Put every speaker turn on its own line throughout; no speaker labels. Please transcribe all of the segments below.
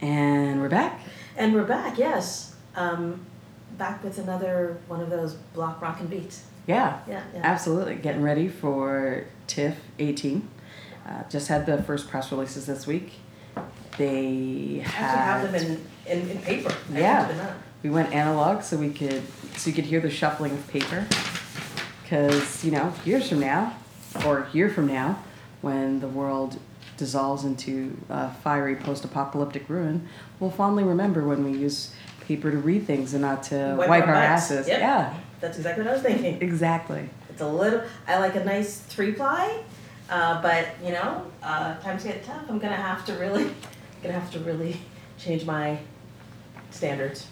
And we're back.
And we're back, yes. Um, back with another one of those block rock and beat.
Yeah,
Yeah, yeah.
absolutely. Getting ready for TIFF 18. Uh, just had the first press releases this week. They
I actually have
had.
them in, in, in paper. I
Yeah.
printed them out.
we went analog so we could so you could hear the shuffling of paper. Because you know, years from now, or a year from now, when the world dissolves into a fiery post-apocalyptic ruin, we'll fondly remember when we use paper to read things and not to wipe, our,
butts.
asses.
Yep.
Yeah,
That's exactly what I was thinking.
exactly.
It's a little. I like a nice three ply, uh, but you know, uh, times get tough. I'm gonna have to really, gonna have to really change my standards.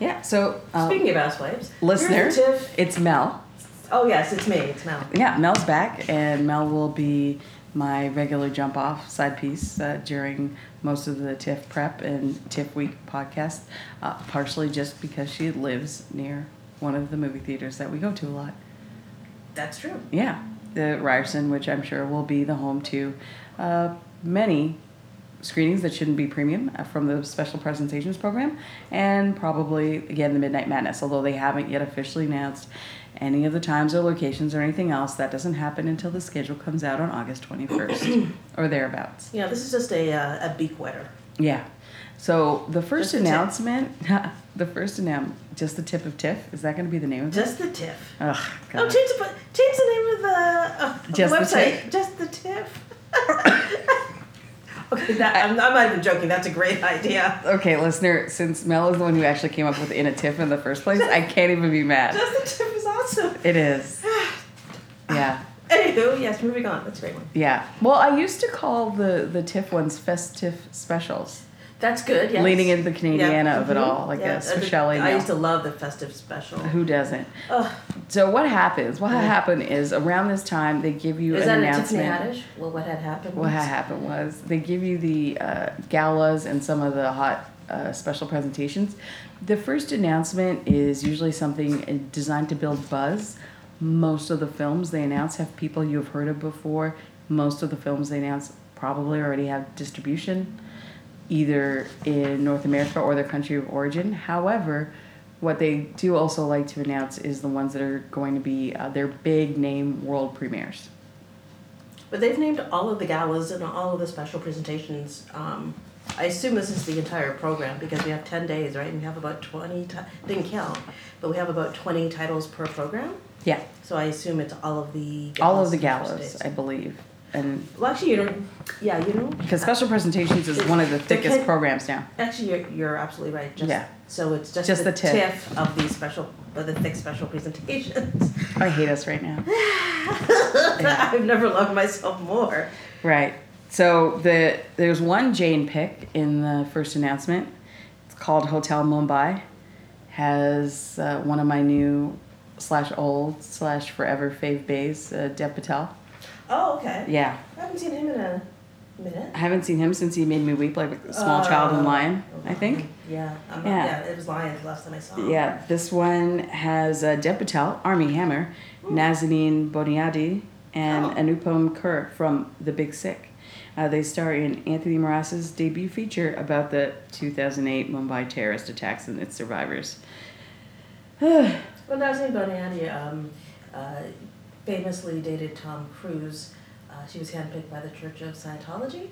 Yeah. So um,
Speaking of housewives,
listener,
here's a tip.
it's Mel.
Oh yes, it's me. It's Mel.
Yeah, Mel's back, and Mel will be my regular jump off side piece uh, during most of the TIFF prep and TIFF week podcast, uh, partially just because she lives near one of the movie theaters that we go to a lot.
That's true.
Yeah, the Ryerson, which I'm sure will be the home to uh, many screenings that shouldn't be premium uh, from the special presentations program, and probably again the Midnight Madness. Although they haven't yet officially announced any of the times or locations or anything else, that doesn't happen until the schedule comes out on August 21st or thereabouts.
You know, this is just a uh, a beak wetter.
Yeah. So the first
Just a tip.
announcement, the first announcement, just the tip of Tiff. Is that going to be the name of it?
Just the tiff.
Ugh,
Oh,
God.
change the change the name of the, uh, of
Just the
the website. Just the tiff. okay, that, I'm, I'm not even joking. That's a great idea.
Okay, listener, since Mel is the one who actually came up with in a tiff in the first place, I can't even be mad.
Just the tiff is awesome.
It is. Yeah.
Anywho, yes, moving on. That's a great one.
Yeah. Well, I used to call the the tiff ones festive specials.
That's good. Yes.
Leaning into the
Yeah.
Canadiana of it
Mhm.
all, like
Yeah,
a
I think-
speciality.
I
meal.
used to love the festive special.
who doesn't?
Ugh,
So what happens? What happened is around this time they give you
is
an
that a Tiffany
announcement.
Haddish? Well, what had happened?
What
was-
had happened was they give you the uh, galas and some of the hot uh, special presentations. The first announcement is usually something uh, designed to build buzz. Most of the films they announce have people you've heard of before. Most of the films they announce probably already have distribution, either in North America or their country of origin. However, what they do also like to announce is the ones that are going to be uh, their big name world premieres.
But they've named all of the galas and all of the special presentations. Um, I assume this is the entire program because we have 10 days, right? And we have about 20, ti- didn't count, but we have about 20 titles per program.
Yeah.
So I assume it's all of the
all of the
galas and
galas, I
presentations.
believe, and
Well, actually, you know, yeah, you know,
because special presentations is one of the
They
thickest
could-
programs now.
Actually, you're, you're absolutely right. Just,
Yeah.
So it's just,
Just
the,
the tip.
tiff of these special, of the thick special presentations.
I hate us right now.
I've never loved myself more.
Right. So the there's one Jane pick in the first announcement. It's called Hotel Mumbai. Has uh, one of my new slash old slash forever fave bays, uh, Deb Patel.
Oh, okay.
Yeah,
I haven't seen him in a minute.
I haven't seen him since he made me weep like a small child and lion. I think.
Yeah. i
Yeah.
yeah. It was Lions the last time I saw him.
Yeah, this one has uh, Deb Patel, Army Hammer, Nazanin Boniadi, and
Oh.
Anupam Kher from The Big Sick. Uh, they star in Anthony Moras's debut feature about the 2008 Mumbai terrorist attacks and its survivors.
Well, Nazi Boniani um, uh, famously dated Tom Cruise. Uh, she was handpicked by the Church of Scientology,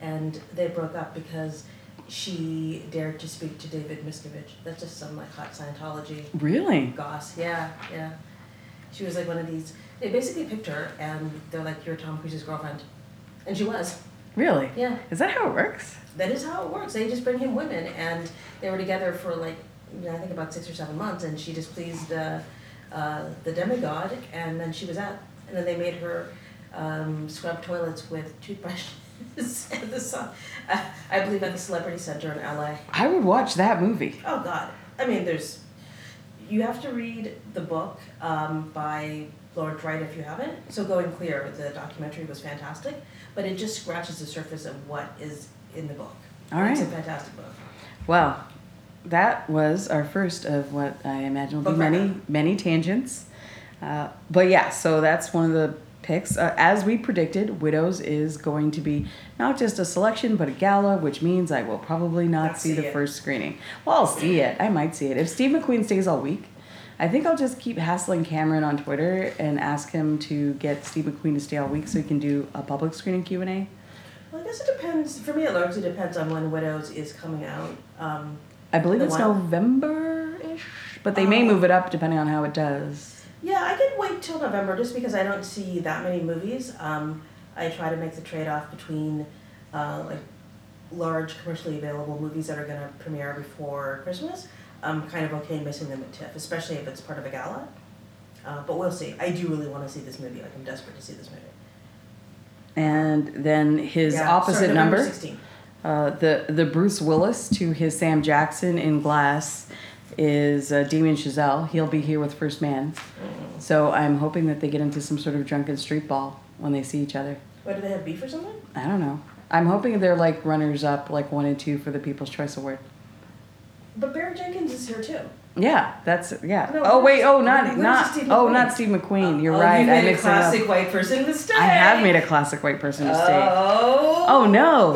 and they broke up because she dared to speak to David Miscavige. That's just some like hot Scientology
Really?
goss. Yeah, yeah. She was like one of these. They basically picked her, and they're like, "You're Tom Cruise's girlfriend," and she was.
Really?
Yeah.
Is that how it works?
That is how it works. They just bring him women, and they were together for like, you know, I think about six or seven months, and she displeased uh, uh, the demigod, and then she was out. And then they made her um, scrub toilets with toothbrushes at the sun. Uh, I believe at the Celebrity Center in LA.
I would watch that movie.
Oh God! I mean, there's. You have to read the book um, by Lord Wright if you haven't. So Going Clear, the documentary was fantastic, but it just scratches the surface of what is in the book.
All
It's a
right.
fantastic book.
Well, that was our first of what I imagine will be
Book
many,
wrap-up.
many tangents. Uh, but yeah, so that's one of the picks. Uh, as we predicted, Widows is going to be not just a selection, but a gala, which means I will probably not
Not
see,
see
the
it.
first screening. Well, I'll see it. I might see it. If Steve McQueen stays all week, I think I'll just keep hassling Cameron on Twitter and ask him to get Steve McQueen to stay all week so he can do a public screening Q&A.
Well, I guess it depends. For me, it largely depends on when Widows is coming out. Um,
I believe
The
it's
what?
November-ish, but they may
Oh.
move it up depending on how it does.
yeah, I can wait till November just because I don't see that many movies. Um, I try to make the trade off between uh, like large commercially available movies that are going to premiere before Christmas. I'm kind of okay missing them at TIFF, especially if it's part of a gala. Uh, but we'll see. I do really want to see this movie. Like I'm desperate to see this movie.
And then his
Yeah,
opposite
sorry, November
number.
16.
Uh, the the Bruce Willis to his Sam Jackson in Glass is uh, Damien Chazelle. He'll be here with First Man.
Mm.
So I'm hoping that they get into some sort of drunken street ball when they see each other.
What do they have beef or something?
I don't know. I'm hoping they're like runners up, like one and two for the People's Choice Award.
But Barry Jenkins is here too.
Yeah, that's yeah.
No,
oh wait, oh
where's
not not
Steve
oh
McQueen?
not Steve McQueen. You're
Oh,
right.
You made
I
a
mixed it up.
classic white person mistake.
I have made a classic white person mistake.
Oh.
Oh no,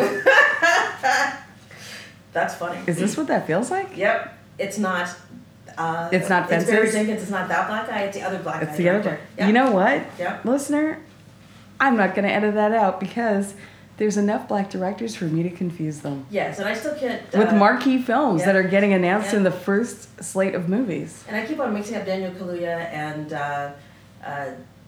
That's funny.
is this what that feels like?
Yep. It's not. Uh,
It's not
It's Barry
fences?
Jenkins. It's not that black guy. It's the other black guy.
It's the other one.
director. Yeah.
You know what?
Yep.
Listener, I'm not going to edit that out because there's enough black directors for me to confuse them.
Yes, and I still can't. Uh,
With marquee films that
yeah.
are getting announced
Yeah.
in the first slate of movies.
And I keep on mixing up Daniel Kaluuya and uh, uh,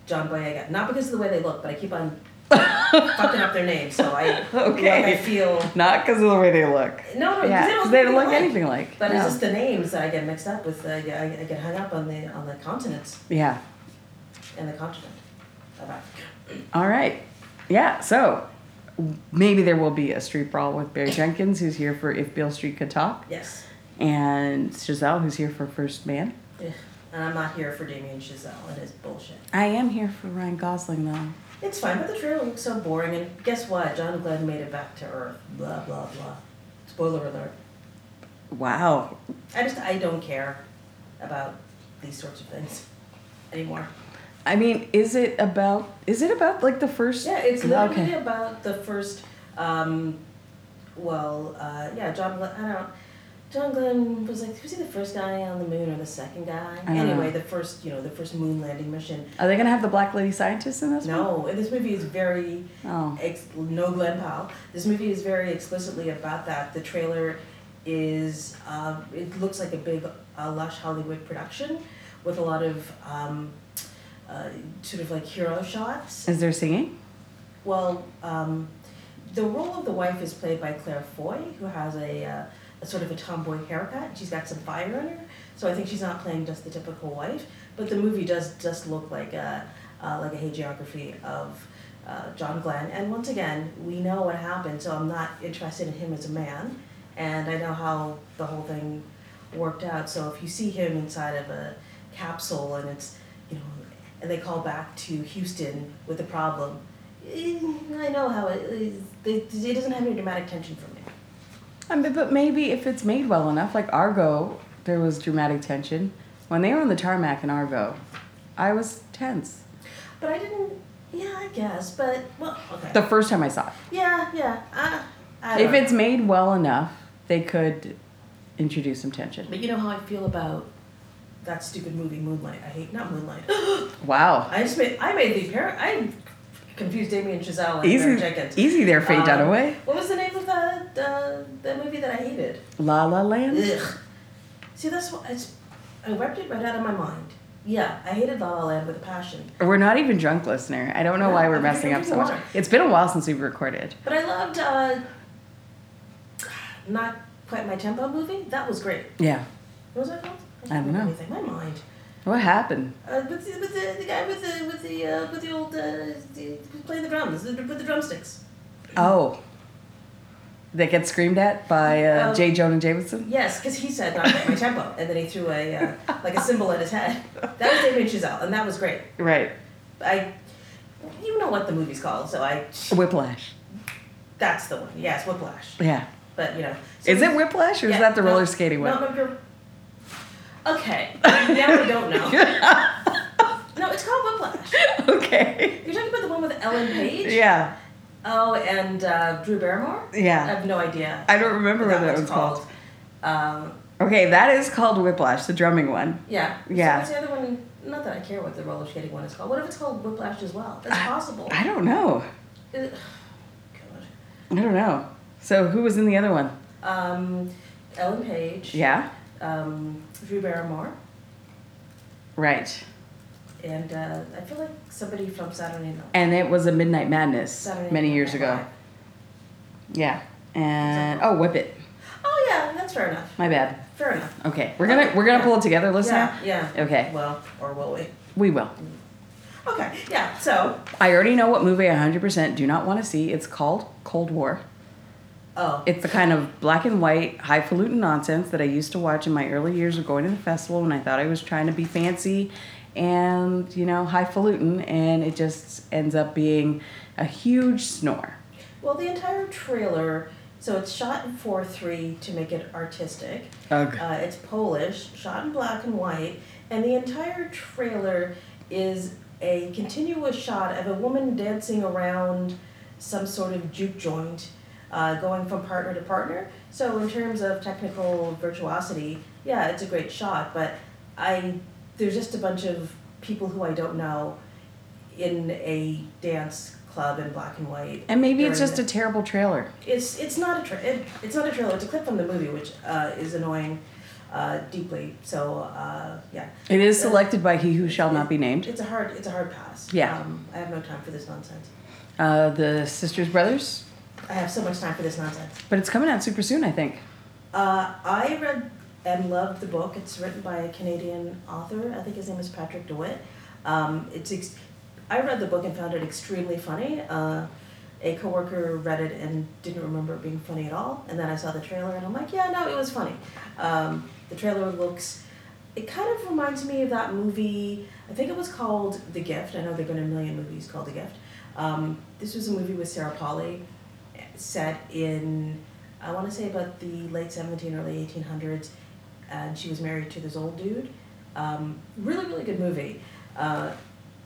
John Boyega. Not because of the way they look, but I keep on fucking up their names. So I. Like I
Okay.
feel.
Not because of the way they look.
No, no, 'cause
Yeah,
they don't
'cause they don't look
alike.
anything like.
But
no.
it's just the names that I get mixed up with. Uh, yeah, I, I get hung up on the on the continents
yeah.
and the continent of Africa.
All right. Yeah, so maybe there will be a street brawl with Barry Jenkins, who's here for If Beale Street Could Talk,
Yes,
and Giselle, who's here for First Man.
Ugh. and I'm not here for Damien Chazelle and his bullshit.
I am here for Ryan Gosling, though.
It's fine, but the trailer looks so boring. And guess what? John Glenn made it back to Earth. Blah blah blah. Spoiler alert.
Wow.
I just I don't care about these sorts of things anymore.
I mean, is it about is it about like the first
Yeah, it's literally
Okay.
about the first. Um, well, uh, yeah, John. Glenn, I don't. John Glenn was like, was he the first guy on the moon or the second guy?
I don't
Anyway,
know.
the first, you know, the first moon landing mission.
Are they gonna have the black lady scientist in this one?
No, and this movie is very
Oh.
ex- no Glenn Powell. This movie is very explicitly about that. The trailer is uh, it looks like a big uh, lush Hollywood production with a lot of um, uh, sort of like hero shots.
Is there singing?
Well, um, the role of the wife is played by Claire Foy, who has a, uh, a sort of a tomboy haircut. She's got some fire in her, so I think she's not playing just the typical wife. But the movie does just look like a uh, like a hagiography of uh, John Glenn. And once again, we know what happened, so I'm not interested in him as a man. And I know how the whole thing worked out. So if you see him inside of a capsule and it's you know, and they call back to Houston with a problem. Eh, I know how it is. It it doesn't have any dramatic tension for me.
I mean, but maybe if it's made well enough, like Argo, there was dramatic tension when they were on the tarmac in Argo. I was tense
But I didn't. Yeah, I guess. But well, okay.
the first time I saw it.
yeah, yeah. I, I
If
don't
it's made well enough, they could introduce some
know.
tension.
But you know how I feel about that stupid movie Moonlight. I hate not Moonlight.
Wow,
I just made I made the pair. I confused Damien Chazelle and Barry
easy,
Jenkins.
easy there, Faye
Um,
Dunaway.
What was the name of that uh, that movie that I hated?
La La Land.
Ugh. See, that's what it's, I wiped it right out of my mind. Yeah, I hated La La Land with a passion,
We're not even drunk, listener. I don't know why we're
I'm
messing up so
drinking
much.
water.
It's been a while since we've recorded.
but I loved uh, not quite my tempo movie. That was great.
Yeah.
What was that called?
I don't
can't remember
know.
Anything. My mind.
What happened?
Uh, with the, with the, the guy with the with the uh, with the old uh, the, playing the drums the- with the drumsticks.
Oh. That gets screamed at by uh,
Um,
J. Jonah Jameson?
Yes, because he said not quite my tempo, and then he threw a uh, like a cymbal at his head. That was Damien Chazelle, and that was great.
Right.
I, you know what the movie's called, so I.
Whiplash.
That's the one. Yes, Whiplash.
Yeah.
But you know,
Is it Whiplash or is
Yeah,
that the
no,
roller skating one?
No, no, you're- okay. now I don't know. No, it's called Whiplash.
okay.
You're talking about the one with Ellen Page?
Yeah,
Oh, and uh, Drew Barrymore? I
yeah.
have no idea.
I don't remember
what
what that one's called.
Um,
Okay, that is called Whiplash, the drumming one.
yeah.
Yeah.
So what's the other one? Not that I care what the roller skating one is called. What if it's called Whiplash as well? That's
I-
possible.
I don't know.
It-
I don't know. So who was in the other one?
God. Um, Ellen Page.
Yeah.
Um, Drew Barrymore.
Right.
And uh, I feel like somebody from Saturday Night.
And it was a Midnight Madness
Saturday
many
Night
years
Live.
ago. Yeah. And oh, Whip It.
Oh yeah, that's fair enough.
My bad.
Fair enough.
Okay, we're gonna we're gonna pull it together, listen.
yeah, yeah.
Okay.
Well, or will we?
We will.
Okay. Yeah. So.
I already know what movie I 100% do not want to see. It's called Cold War.
Oh.
It's the kind of black and white, highfalutin nonsense that I used to watch in my early years of going to the festival when I thought I was trying to be fancy and, you know, highfalutin, and it just ends up being a huge snore.
Well, the entire trailer, so it's shot in 4 3 to make it artistic.
Ugh.
Uh, it's Polish, shot in black and white, and the entire trailer is a continuous shot of a woman dancing around some sort of juke joint, uh, going from partner to partner. So, in terms of technical virtuosity, yeah, it's a great shot, but I there's just a bunch of people who I don't know in a dance club in black and white.
And maybe it's
during
just
the-
a terrible trailer.
it's it's not a tra- it, it's not a trailer. It's a clip from the movie, which uh, is annoying uh, deeply. So uh, yeah,
It is selected by He Who Shall Not Be Named.
it's a hard it's a hard pass.
Yeah.
um, I have no time for this nonsense.
Uh, the Sisters Brothers,
I have so much time for this nonsense.
but it's coming out super soon, I think.
Uh, I read and loved the book. It's written by a Canadian author. I think his name is Patrick DeWitt. Um, it's ex- I read the book and found it extremely funny. Uh, a coworker read it and didn't remember it being funny at all. And then I saw the trailer and I'm like, yeah, no, it was funny. Um, the trailer looks. It kind of reminds me of that movie. I think it was called The Gift. I know there've been a million movies called The Gift. Um, this was a movie with Sarah Pauli, set in I want to say about the late 17 early 1800s and she was married to this old dude um, really really good movie uh,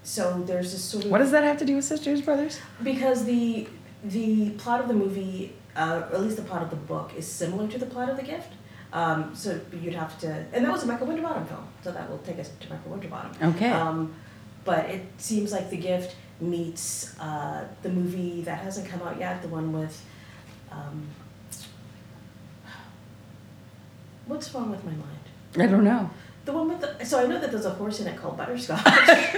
so there's this sort of
What does that have to do with Sisters Brothers?
because the the plot of the movie uh, or at least the plot of the book is similar to the plot of the gift um, so you'd have to and that was a michael winterbottom film so that will take us to michael winterbottom
Okay.
um, but it seems like The Gift meets uh, the movie that hasn't come out yet, the one with. Um, what's wrong with my mind?
I don't know.
The one with the. So I know that there's a horse in it called Butterscotch. the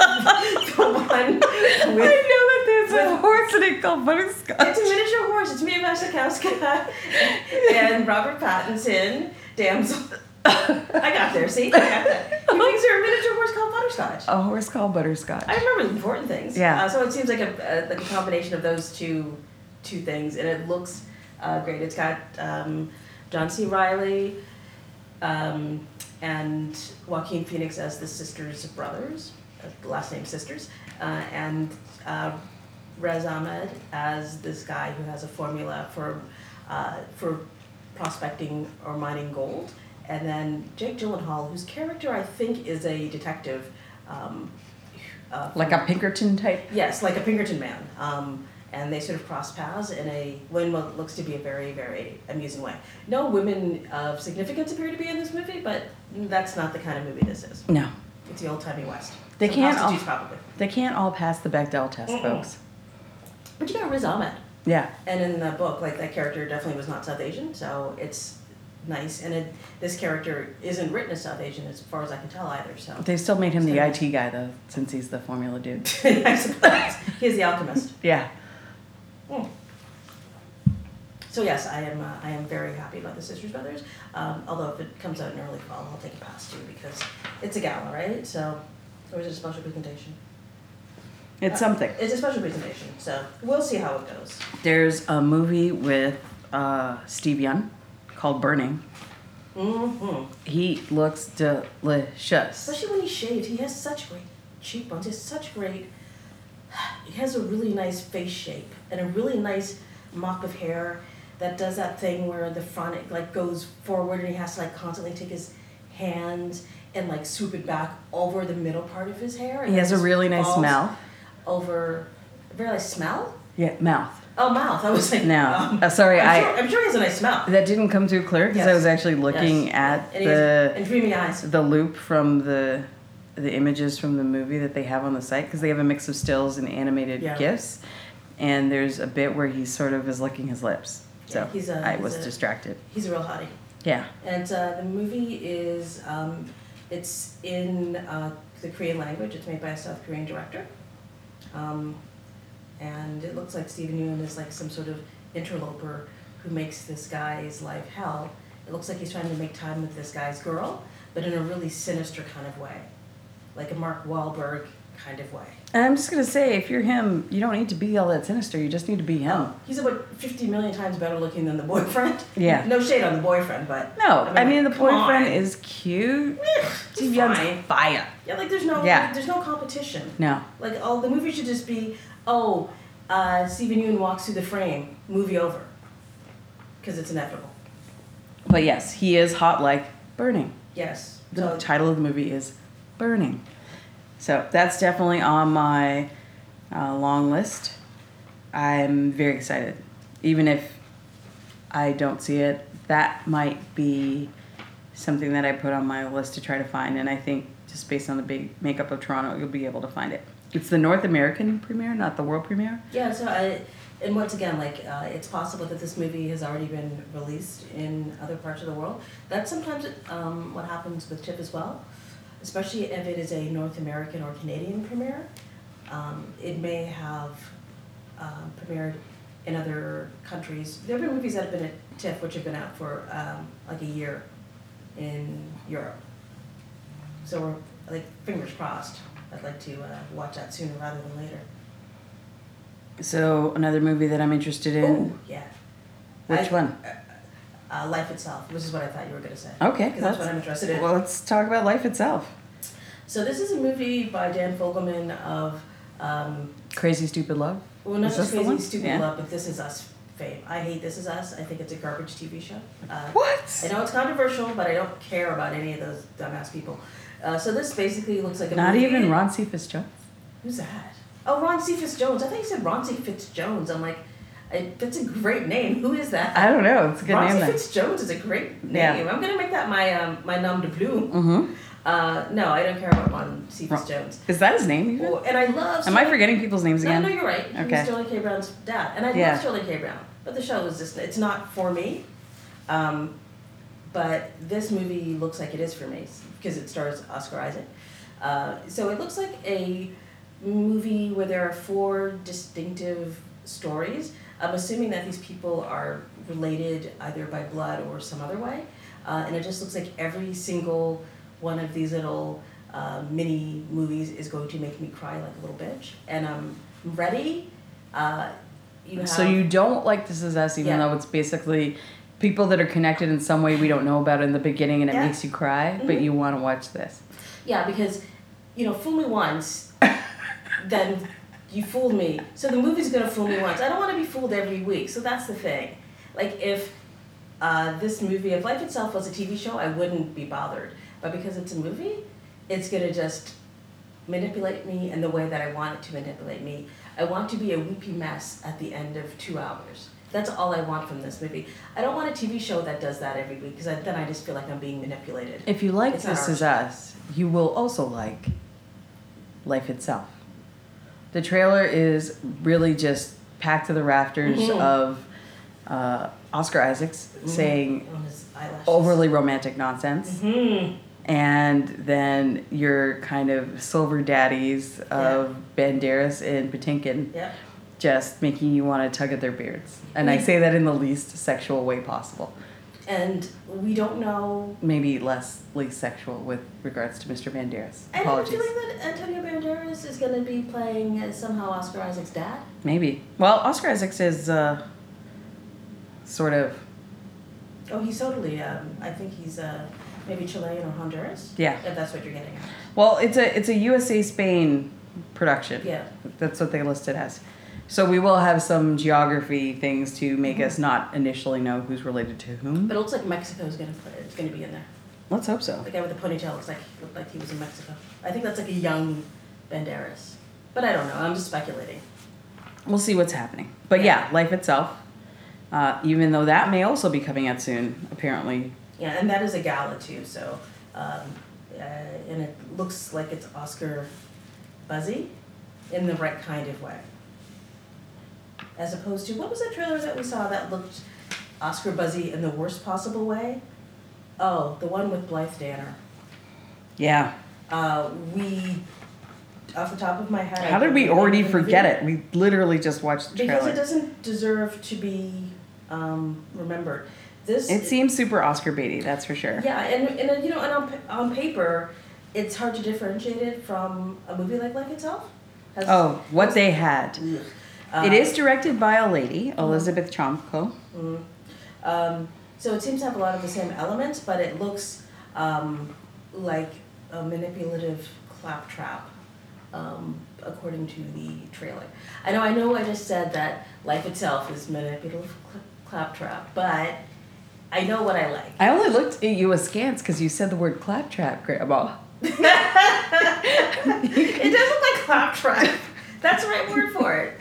one
I know
with.
that there's a
with-
horse in it called
It's a
Butterscotch.
miniature horse. It's Mia Wasikowska and Robert Pattinson, damsel. I got there. See, I got that. He thinks they're a miniature horse called Butterscotch.
A horse called Butterscotch.
I remember the important things.
Yeah.
Uh, so it seems like a, a like a combination of those two two things, and it looks uh, great. It's got um, John C. Riley um, and Joaquin Phoenix as the sisters brothers, uh, the last name sisters, uh, and uh, Rez Ahmed as this guy who has a formula for uh, for prospecting or mining gold, and then Jake Gyllenhaal, whose character I think is a detective. Um, uh,
like a Pinkerton type.
Yes, like a Pinkerton man. Um, and they sort of cross paths in a when what looks to be a very very amusing way. No women of significance appear to be in this movie, but that's not the kind of movie this is.
No,
It's the old timey west.
They
So
can't
prostitutes probably.
they can't all pass the Bechdel test,
Mm-mm.
folks.
But you got Riz Ahmed,
Yeah,
and in the book, like that character definitely was not South Asian, so it's nice. And it, this character isn't written as South Asian, as far as I can tell either. So
they still made him the
So-
IT guy though, since he's the formula dude.
I suppose he is the alchemist.
Yeah,
Mm. So yes, I am. Uh, I am very happy about the Sisters Brothers. Um, although if it comes out in early fall, I'll take a pass too because it's a gala, right? So or is it a special presentation?
it's something.
It's a special presentation, so we'll see how it goes.
There's a movie with uh, Steve Young called Burning.
Mm-hmm.
He looks delicious.
Especially when he shaved, he has such great cheekbones. He has such great. He has a really nice face shape and a really nice mop of hair that does that thing where the front it like goes forward and he has to like constantly take his hands and like swoop it back over the middle part of his hair. And
He
then
has a
just
really nice
falls
mouth.
Over, very nice smell.
Yeah, mouth.
Oh, mouth. I was like,
Now,
um,
uh, sorry,
I'm,
I
sure, I'm sure he has a nice mouth.
that didn't come through clear because I
Yes.
was actually looking
Yes.
at
and he
the
has, and dreamy eyes.
the loop from the the images from the movie that they have on the site because they have a mix of stills and animated
Yeah.
gifs, and there's a bit where he sort of is licking his lips. So
Yeah, he's a-
I
he's
was
a-
distracted.
He's a real hottie.
Yeah.
And uh, the movie is um, it's in uh, the Korean language. It's made by a South Korean director, um, and it looks like Steven Yeun is like some sort of interloper who makes this guy's life hell. It looks like he's trying to make time with this guy's girl, but in a really sinister kind of way, like a Mark Wahlberg kind of way.
And I'm just gonna say, if you're him, you don't need to be all that sinister. You just need to be him.
He's about fifty million times better looking than the boyfriend.
Yeah.
No shade on the boyfriend, but
No, I mean, the
come on.
boyfriend is cute.
He's
Young's
fine.
fire.
Yeah, like there's no
Yeah.
there's no competition.
No.
Like all the movie should just be, oh, uh, Stephen Yeun walks through the frame, movie over, because it's inevitable.
But yes, he is hot like burning.
Yes.
The
So
title of the movie is Burning. So that's definitely on my uh, long list. I'm very excited. Even if I don't see it, that might be something that I put on my list to try to find. And I think just based on the big makeup of Toronto, you'll be able to find it. It's the North American premiere, not the world premiere.
yeah, so I, and once again, like uh, it's possible that this movie has already been released in other parts of the world. That's sometimes um, what happens with Chip as well, especially if it is a North American or Canadian premiere. Um, it may have um, premiered in other countries. There have been movies that have been at TIFF which have been out for um, like a year in Europe. So we're like fingers crossed. I'd like to uh, watch that sooner rather than later.
So another movie that I'm interested in.
Oh yeah,
Which
I-
one?
uh, Life Itself, which is what I thought you were going to say.
Okay.
Because that's what
let's-
I'm interested in.
Well, let's talk about life itself.
So this is a movie by Dan Fogelman of, um,
Crazy Stupid Love.
well, not
Is
just
this the
Crazy
one?
Stupid
Yeah.
Love, but This Is Us fame. I hate This Is Us. I think it's a garbage TV show. Uh, I
What?
know it's controversial, but I don't care about any of those dumbass people. Uh, so this basically looks like a
Not
movie.
even Ron Cephas Jones.
Who's that? Oh, Ron C. Fitzjones. I thought you said Ron C. Fitzjones. I'm like, I, that's a great name. Who is that?
I don't know. It's a good
Ron C.
name. Then.
Fitzjones is a great name.
Yeah.
I'm gonna make that my um, my nom de plume.
Mm-hmm.
Uh, no, I don't care about Ron C.
Ron-
Fitzjones.
Is that his name? Even?
Oh, and I love.
Am I
Sterling-
forgetting people's names
No, no,
again?
you're right. He
Okay.
was Sterling K. Brown's dad, and I
Yeah.
love Sterling K. Brown, but the show is just—it's not for me. Um, but this movie looks like it is for me because it stars Oscar Isaac. Uh, so it looks like a movie where there are four distinctive stories. I'm assuming that these people are related either by blood or some other way, uh, and it just looks like every single one of these little uh, mini movies is going to make me cry like a little bitch, and I'm ready. Uh, you have,
So you don't like This Is Us, even
Yeah.
though it's basically people that are connected in some way we don't know about in the beginning, and it
Yeah. Mm-hmm.
makes you cry, but you want to watch this.
Yeah, because you know, fool me once, then you fooled me. So the movie's gonna fool me once. I don't want to be fooled every week. So that's the thing. Like if uh, this movie, if Life Itself was a TV show, I wouldn't be bothered. But because it's a movie, it's gonna just manipulate me in the way that I want it to manipulate me. I want to be a weepy mess at the end of two hours. That's all I want from this movie. I don't want a TV show that does that every week because then I just feel like I'm being manipulated.
If you like
It's not
This
ours.
Is Us, you will also like Life itself. The trailer is really just packed to the rafters
Mhm.
of uh, Oscar Isaacs
Mm-hmm.
saying
on his eyelashes.
overly romantic nonsense.
Hmm.
and then your kind of silver daddies of Banderas and Patinkin
Yeah.
just making you want to tug at their beards. And
Mm-hmm.
I say that in the least sexual way possible.
And we don't know.
Maybe less least sexual with regards to Mr. Banderas.
I have a
Apologies.
feeling that Antonio Banderas is going to be playing uh, somehow Oscar Isaac's dad.
Maybe. Well, Oscar Isaacs is uh, sort of,
Oh, he's totally. Um, I think he's uh, maybe Chilean or Honduras.
yeah.
If that's what you're getting at.
Well, it's a it's a USA Spain production.
Yeah.
That's what they listed as. So we will have some geography things to make us not initially know who's related to whom.
But it looks like Mexico's going to play. It's going to be in there.
Let's hope so.
The guy with the ponytail looks like looked like he was in Mexico. I think that's like a young Banderas, but I don't know. I'm just speculating.
We'll see what's happening. But yeah, life itself. Uh, even though that may also be coming out soon, apparently.
Yeah, and that is a gala too. So, um, uh, and it looks like it's Oscar buzzy, in the right kind of way. As opposed to what was that trailer that we saw that looked Oscar buzzy in the worst possible way? Oh, the one with Blythe Danner.
Yeah.
Uh, we, off the top of my head. I
How did
don't
we
remember
already
the
forget
movie.
it? We literally just watched the
Because it
trailer.
doesn't deserve to be um, remembered. This
It seems super Oscar baity, that's for sure.
yeah, and and uh, you know, and on pa- on paper, it's hard to differentiate it from a movie like Life Itself. Has-
Oh, what they had.
uh,
it is directed by a lady, Elizabeth Chomko.
Um, so it seems to have a lot of the same elements, but it looks um, like a manipulative claptrap, um, according to the trailer. I know, I know, I just said that Life Itself is manipulative cl- claptrap, but I know what I like.
I only looked at you askance because you said the word claptrap, Grandma.
It does look like claptrap. That's the right word for it.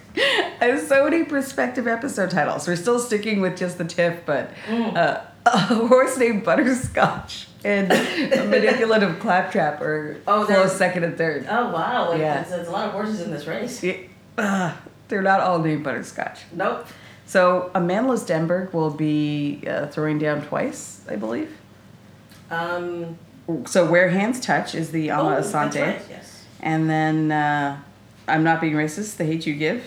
I have so many prospective episode titles. We're still sticking with just the tip, but uh, a horse named Butterscotch and a manipulative claptrap are
Oh, they're-
close second and third.
Oh wow! Like,
Yeah.
There's, there's a lot of horses in this race.
Yeah. Ugh, uh, they're not all named Butterscotch.
Nope.
So Amanda Stenberg will be uh, throwing down twice, I believe.
Um,
So where hands touch is the
oh,
Ama
that's
Asante,
right, yes.
and then uh, I'm not being racist. The hate you give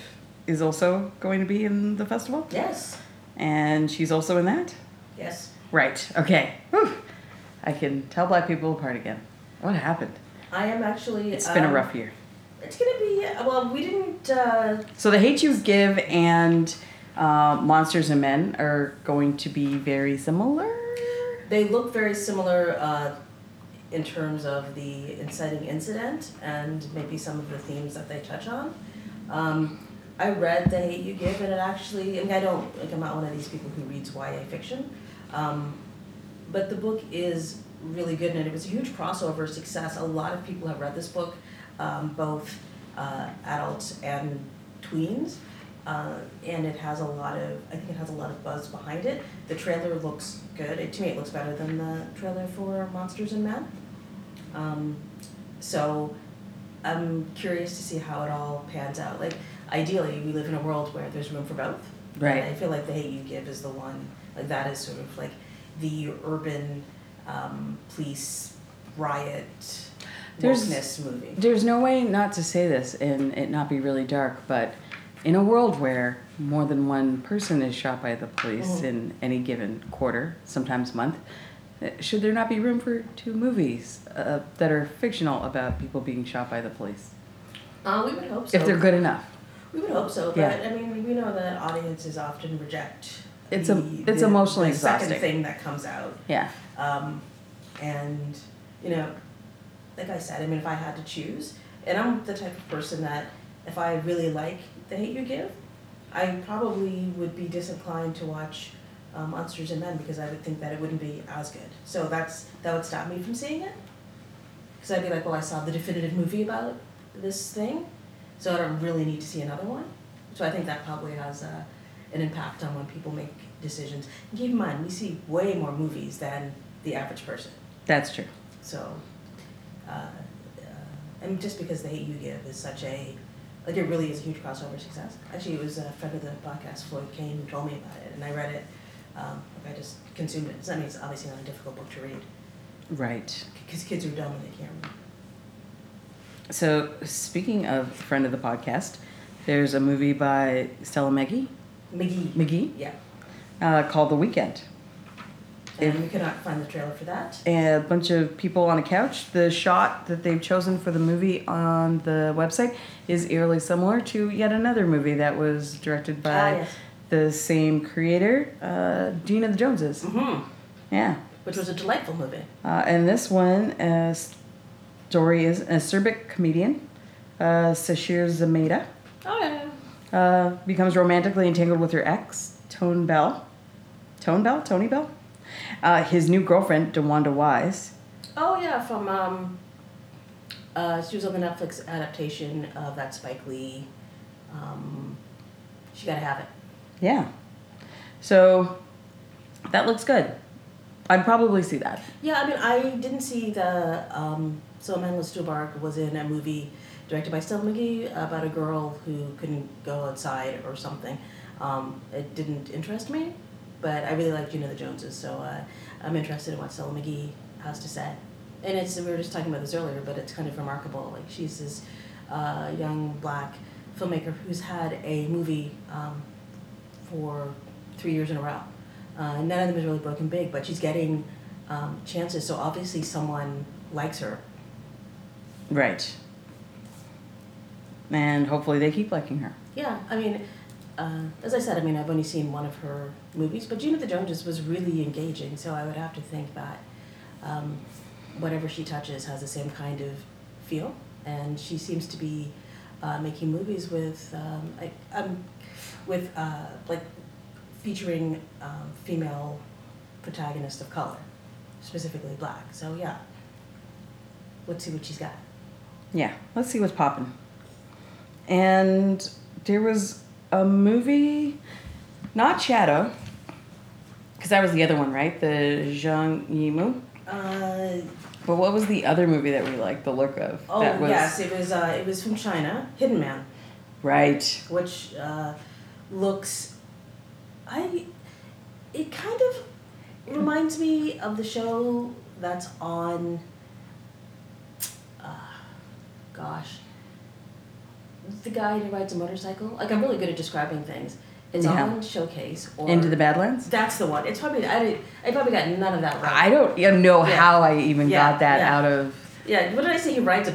is also going to be in the festival,
Yes.
and she's also in that.
Yes.
Right. Okay. Whew. I can tell black people apart again. What happened?
I am actually.
It's been a
um,
rough year.
It's gonna be well. We didn't. Uh,
So the hate you give and uh, monsters and men are going to be very similar.
they look very similar uh, in terms of the inciting incident and maybe some of the themes that they touch on. Um, I read The Hate You Give, and it actually. I mean, I don't like. I'm not one of these people who reads YA fiction, um, but the book is really good, and it was a huge crossover success. A lot of people have read this book, um, both uh, adults and tweens. Uh, and it has a lot of, I think it has a lot of buzz behind it. The trailer looks good. It, to me, it looks better than the trailer for Monsters and Men. Um, so I'm curious to see how it all pans out. Like, ideally, we live in a world where there's room for both.
Right.
And I feel like the hate you give is the one, like, that is sort of like the urban um, police riot
There's-
wokeness movie.
There's no way not to say this and it not be really dark, but in a world where more than one person is shot by the police
Mhm.
in any given quarter, sometimes month, uh, should there not be room for two movies uh, that are fictional about people being shot by the police?
Uh, we would hope so.
If they're good enough.
We would hope so, but
Yeah.
I mean, we know that audiences often reject.
It's
the,
em- it's
the-
emotionally
the
exhausting.
Second thing that comes out,
Yeah.
um, and you know, like I said, I mean, if I had to choose, and I'm the type of person that if I really like the hate you give, I probably would be disinclined to watch um, Monsters and Men because I would think that it wouldn't be as good. So that's that would stop me from seeing it, because I'd be like, well, I saw the definitive movie about this thing, so I don't really need to see another one. So I think that probably has uh, an impact on when people make decisions. And keep in mind, we see way more movies than the average person.
That's true.
So, uh, uh, and just because the hate you give is such a, like it really is a huge crossover success. Actually, it was a friend of the podcast, Floyd Kane, who told me about it, and I read it. Um, like I just consumed it. So that means it's obviously not a difficult book to read
Right.
because kids are dumb and they can't read.
So, speaking of friend of the podcast, there's a movie by Stella McGee,
McGee.
McGee
Yeah.
uh, called The Weekend.
And we could not find the trailer for that.
a bunch of people on a couch. The shot that they've chosen for the movie on the website is eerily similar to yet another movie that was directed by
Ah, yes.
the same creator, uh, Gene of the Joneses.
Mm-hmm.
Yeah.
Which was a delightful movie.
Uh, and this one, uh, story is an acerbic comedian, uh, Sashir Zameda,
Oh, yeah.
uh, becomes romantically entangled with her ex, Tone Bell. Tone Bell? Tony Bell? Uh, his new girlfriend, DeWanda Wise.
Oh yeah, from um, uh, she was on the Netflix adaptation of that Spike Lee. Um, she gotta have it.
Yeah. So that looks good. I'd probably see that.
Yeah, I mean, I didn't see the um, So Man with Stubark was in a movie directed by Stella McGee about a girl who couldn't go outside or something. Um, it didn't interest me, but I really like Gina the Joneses, so uh, I'm interested in what Stella McGee has to say. And it's we were just talking about this earlier, but it's kind of remarkable. Like she's this uh, young black filmmaker who's had a movie um, for three years in a row. Uh, none of them has really broken big, but she's getting um, chances. So obviously, someone likes her.
Right. And hopefully they keep liking her.
Yeah, I mean, uh, as I said, I mean, I've only seen one of her movies, but Gina the Joneses was really engaging. So I would have to think that um, whatever she touches has the same kind of feel, and she seems to be uh, making movies with um, I, um, with uh, like featuring um, female protagonists of color, specifically black. So yeah, let's see what she's got.
Yeah, let's see what's popping. And there was a movie, not Shadow, because that was the other one, right? The Zhang Yimou.
Uh,
But what was the other movie that we liked the look of?
oh
that was,
yes, it was uh, it was from China, Hidden Man.
Right.
which uh, looks i it kind of reminds me of the show that's on uh, gosh the guy who rides a motorcycle like i'm really good at describing things it's
Yeah.
on showcase or
Into the Badlands?
that's the one it's probably i, did, I probably got none of that right
I don't even know
Yeah.
how I even
Yeah,
got that
yeah.
out of.
yeah what did i say he rides a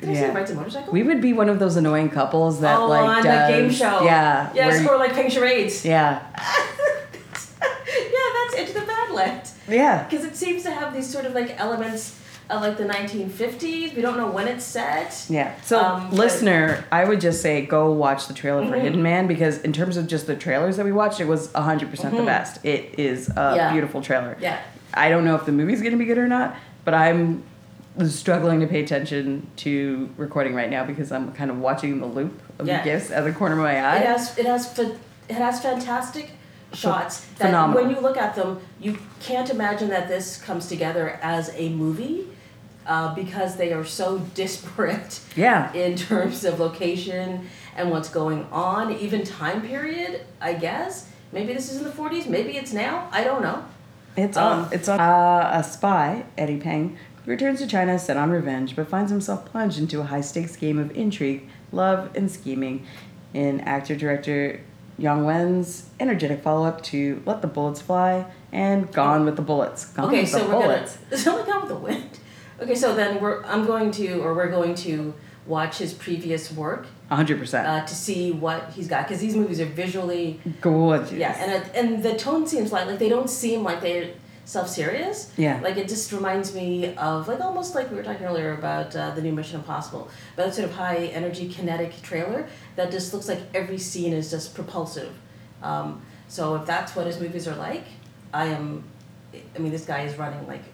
did i say he
Yeah.
rides a motorcycle
We would be one of those annoying couples that
oh
like
on
does,
the game show
Yeah.
yeah
where-
score like pink charades
yeah.
yeah, that's Into the Badlands.
Yeah.
Because it seems to have these sort of like elements of like the 1950s. We don't know when it's set.
Yeah. So,
Um, but-
listener, I would just say go watch the trailer for
Mhm.
Hidden Man because, in terms of just the trailers that we watched, it was 100% percent the
Mhm.
best. It is a
Yeah.
beautiful trailer.
Yeah.
I don't know if the movie's going to be good or not, but I'm struggling to pay attention to recording right now because I'm kind of watching the loop of
Yeah.
the gifts out of the corner of my eye.
It has it has fa- it has fantastic shots that
phenomenal.
when you look at them, you can't imagine that this comes together as a movie uh, because they are so disparate
Yeah.
in terms of location and what's going on, even time period. I guess maybe this is in the 40s, maybe it's now. I don't know.
It's
Um,
on. It's on. Uh, a spy, Eddie Peng, returns to China set on revenge, but finds himself plunged into a high stakes game of intrigue, love, and scheming. In actor director Yang Wen's energetic follow up to Let the Bullets Fly and Gone with the Bullets. Gone
Okay,
with
so
the
we're
Bullets.
gonna. It's only gone with the wind. Okay, so then we're. I'm going to, or we're going to watch his previous work
gonna. 100%.
uh, to see what he's got because these movies are visually.
Gorgeous.
Yeah, and it, and the tone seems like like they don't seem like they're self serious.
Yeah.
Like it just reminds me of like almost like we were talking earlier about uh, the new Mission Impossible, but it's sort of high energy kinetic trailer that just looks like every scene is just propulsive. Um, so if that's what his movies are like, I am. I mean, this guy is running like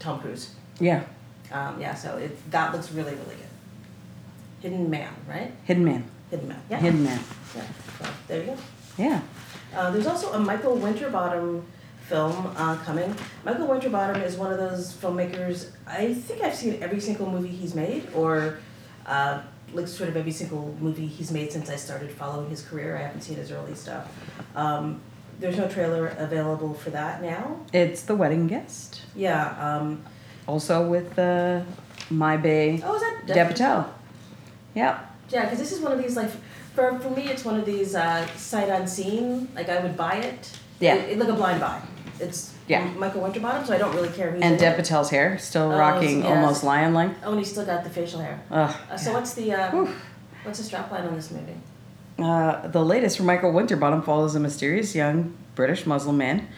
Tom Cruise.
yeah.
Um, yeah, so it, that looks really really good. Hidden Man, right?
Hidden Man.
Hidden Man. Yeah.
Hidden Man.
yeah. Well, there you go.
Yeah.
Uh, there's also a Michael Winterbottom film uh, coming. Michael Winterbottom is one of those filmmakers. I think I've seen every single movie he's made, or uh, like sort of every single movie he's made since I started following his career. I haven't seen his early stuff. Um, there's no trailer available for that now.
It's The Wedding Guest.
Yeah. Um,
Also with uh, My Bay
oh, is that
Deb Patel. Yep.
Yeah, because this is one of these like for for me it's one of these uh, sight unseen. Like I would buy it.
Yeah.
It, it- like a blind buy. It's
Yeah.
Michael Winterbottom, so I don't really care who's
And
in
Deb
it.
Patel's hair, still
Oh,
rocking
yes.
almost lion length.
Oh, and he's still got the facial hair.
Ugh.
Uh, so what's the um, what's the strap line on this movie?
Uh, the latest from Michael Winterbottom follows a mysterious young British Muslim man,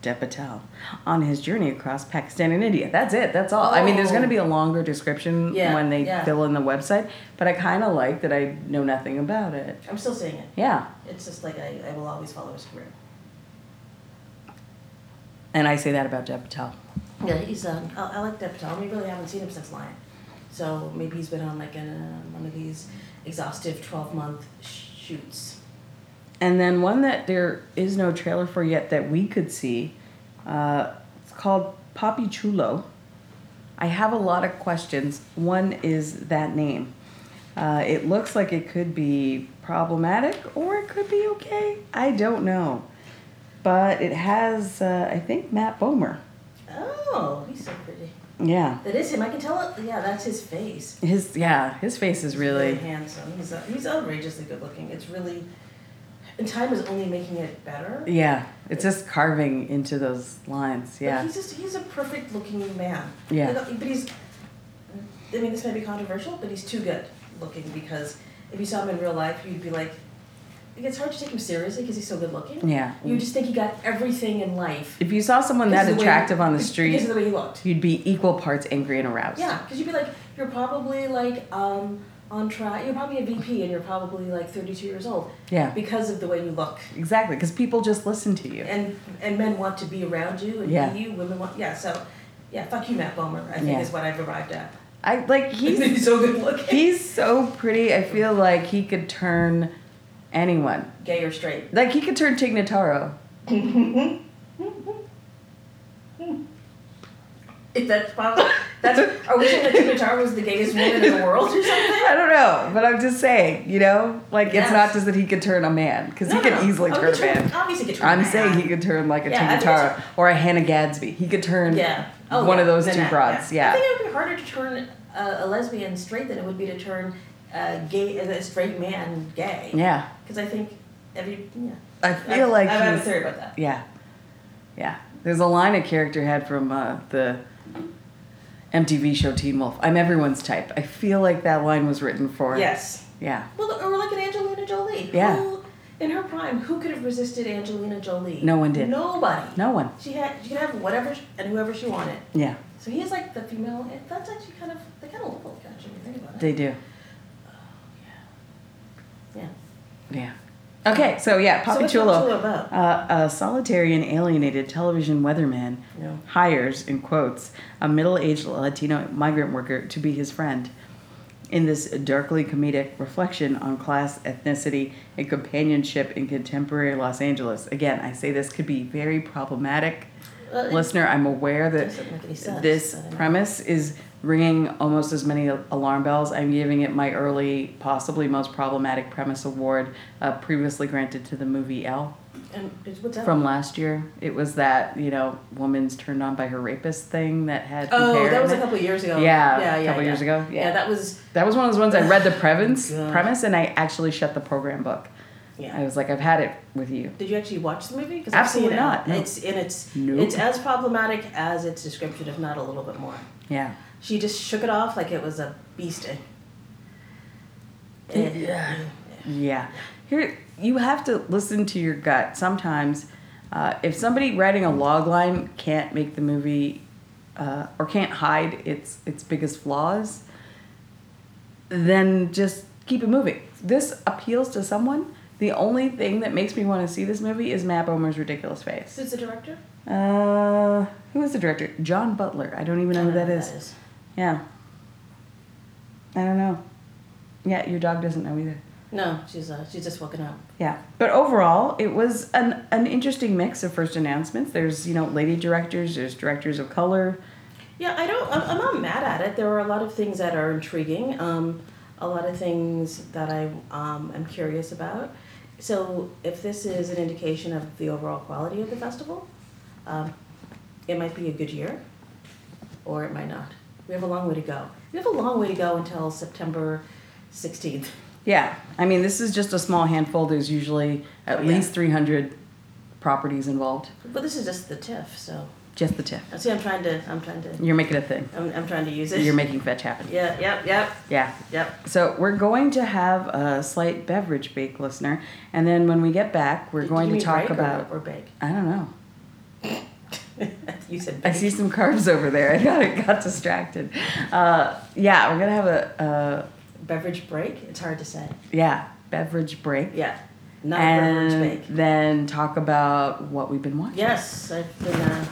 Deb Patel, on his journey across Pakistan and India. That's it. That's all. I mean, there's
Oh.
going to be a longer description
Yeah,
when they
yeah.
fill in the website, but I kind of like that I know nothing about it.
I'm still seeing it.
Yeah.
It's just like I, I will always follow his career.
And I say that about Deb Patel.
Yeah, he's, um, I, I like Deb Patel. We really haven't seen him since Lion. So maybe he's been on like an, uh, one of these exhaustive 12 month shoots.
And then one that there is no trailer for yet that we could see. Uh, it's called Papi Chulo. I have a lot of questions. One is that name. Uh, it looks like it could be problematic or it could be okay. I don't know. But it has, uh, I think, Matt Bomer.
Oh, he's so pretty.
Yeah.
That is him. I can tell it. Yeah, that's his face.
His yeah, his face is really
handsome. He's, uh, he's outrageously good looking. It's really. And time is only making it better.
yeah. It's just carving into those lines.
But
Yeah.
he's just he's a perfect looking man.
Yeah.
You know, but he's I mean this may be controversial, but he's too good looking because if you saw him in real life you'd be like like, it's hard to take him seriously because he's so good looking.
Yeah.
You just think he got everything in life.
If you saw someone
because
that
of the way-
attractive on the
because-
street,
Because of the way he looked.
you'd be equal parts angry and aroused.
Yeah, because you'd be like, you're probably like um, on trial, you're probably a VP and you're probably like 32 years old
Yeah.
because of the way you look.
Exactly, because people just listen to you.
and and men want to be around you and
Yeah.
be you. Women want yeah. So yeah, fuck you, Matt Bomer. I think
Yeah.
is what I've arrived at.
I like he's
He's so good looking.
he's so pretty. I feel like he could turn anyone.
gay or straight.
Like he could turn Tignataro.
If that's probably that's. Are we saying that Tina Turner was the gayest woman in the world or something?
I don't know, but I'm just saying, you know, like it's
Yes.
not just that he could turn a man, because
No,
he could
no.
easily
Oh, he
turn a
could turn-
man.
Obviously, he could turn. a
I'm
man.
saying he could turn like a
Yeah, I think
Tignataro or a Hannah Gadsby. He could turn
Yeah.
one
Oh,
of
yeah,
those
than
two
that,
broads.
I
Yeah.
think it would be harder to turn uh, a lesbian straight than it would be to turn a gay a straight man gay.
Yeah.
Because I think every yeah.
I feel like
I have a
he's-
theory about that.
Yeah. Yeah. There's a line a character had from uh, the MTV show Teen Wolf. I'm everyone's type. I feel like that line was written for.
Yes.
Yeah.
Well, look- or look at Angelina Jolie.
Yeah.
Who, in her prime, who could have resisted Angelina Jolie?
No one did.
Nobody.
No one.
She had. She could have whatever she, and whoever she wanted.
Yeah.
So he is like the female. It, that's actually kind of. They kind of look like that. Actually, when you think about it.
They do.
yeah.
Yeah. Okay. So yeah,
so
Papi
what's
Chulo.
Papichulo about?
Uh, a solitary and alienated television weatherman
No.
hires, in quotes, a middle aged Latino migrant worker to be his friend. In this darkly comedic reflection on class, ethnicity, and companionship in contemporary Los Angeles. Again, I say this could be very problematic.
Well, it
Listener, I'm aware that
doesn't make any sense,
this
but I mean-
premise is ringing almost as many alarm bells. I'm giving it my early, possibly most problematic premise award uh, previously granted to the movie L
and it's, what's that?
from last year. It was that you know woman's turned on by her rapist thing that had.
Oh,
Pink Hair
that
in
was a
it.
couple of years ago.
Yeah,
yeah, yeah.
couple
yeah.
years ago, yeah.
that was.
That was one of those ones I read the premise,
God.
premise, and I actually shut the program book.
Yeah.
I was like, I've had it with you.
Did you actually watch the movie? 'Cause I've
Absolutely
seen it.
not, no.
It's and it's
Nope.
it's as problematic as its description, if not a little bit more.
Yeah.
She just shook it off like it was a beastie.
Yeah. Yeah. Here, you have to listen to your gut. Sometimes, uh, if somebody writing a log line can't make the movie uh, or can't hide its its biggest flaws, then just keep it moving. This appeals to someone. The only thing that makes me want to see this movie is Matt Bomer's ridiculous face.
Who's the director?
Uh, who is the director? John Butler. I don't even know who that is. Yeah. I don't know. Yeah, your dog doesn't know either.
No, she's uh, she's just woken up.
Yeah, but overall, it was an an interesting mix of first announcements. There's you know lady directors, there's directors of color.
Yeah, I don't. I'm, I'm not mad at it. There are a lot of things that are intriguing. Um, a lot of things that I um, am curious about. So, if this is an indication of the overall quality of the festival, um, it might be a good year, or it might not. We have a long way to go. We have a long way to go until September sixteenth.
Yeah, I mean this is just a small handful. There's usually at
Yeah.
least 300 properties involved.
But this is just the TIFF, so
Just the tip.
see, I'm trying to, I'm trying to,
You're making a thing.
I'm, I'm trying to use it.
You're making fetch happen.
yeah, yep, yep,
Yeah.
yep.
So we're going to have a slight beverage bake, listener, and then when we get back, we're
Did
going
you
to
mean
talk
break or-
about.
or bake.
I don't know.
you said
I
bake.
see some carbs over there. I got I got distracted. Uh, yeah, we're gonna have a. a
beverage break. It's hard to say.
Yeah, beverage break.
Yeah. not a
and
privilege make.
then talk about what we've been watching.
Yes, I've been. Uh,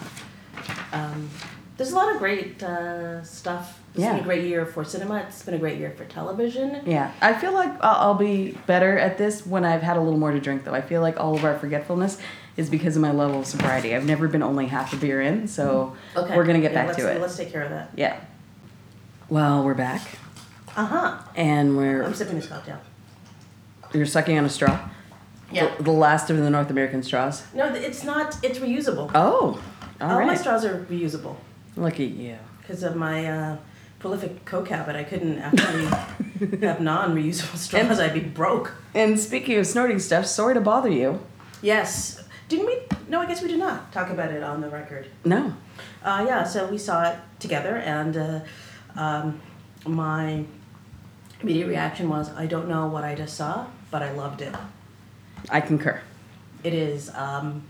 um, there's a lot of great uh, stuff. It's been
Yeah.
a great year for cinema. It's been a great year for television.
Yeah, I feel like I'll, I'll be better at this when I've had a little more to drink, though. I feel like all of our forgetfulness is because of my level of sobriety. I've never been only half a beer in, so
Okay,
we're gonna get
yeah,
back
let's,
to it.
Let's take care of that.
Yeah. Well, we're back,
Uh huh.
and we're
I'm sipping this cocktail.
you're sucking on a straw. The, the last of the North American straws.
No, th- it's not. It's reusable.
Oh, all
All
right.
my straws are reusable
Look at you.
because of my uh, prolific coke habit. I couldn't actually have non-reusable straws. I'd be broke.
And speaking of snorting stuff, sorry to bother you.
Yes. Didn't we? No, I guess we did not talk about it on the record.
No.
Uh, yeah, so we saw it together, and uh, um, my immediate reaction was, I don't know what I just saw, but I loved it.
I concur.
It is, um,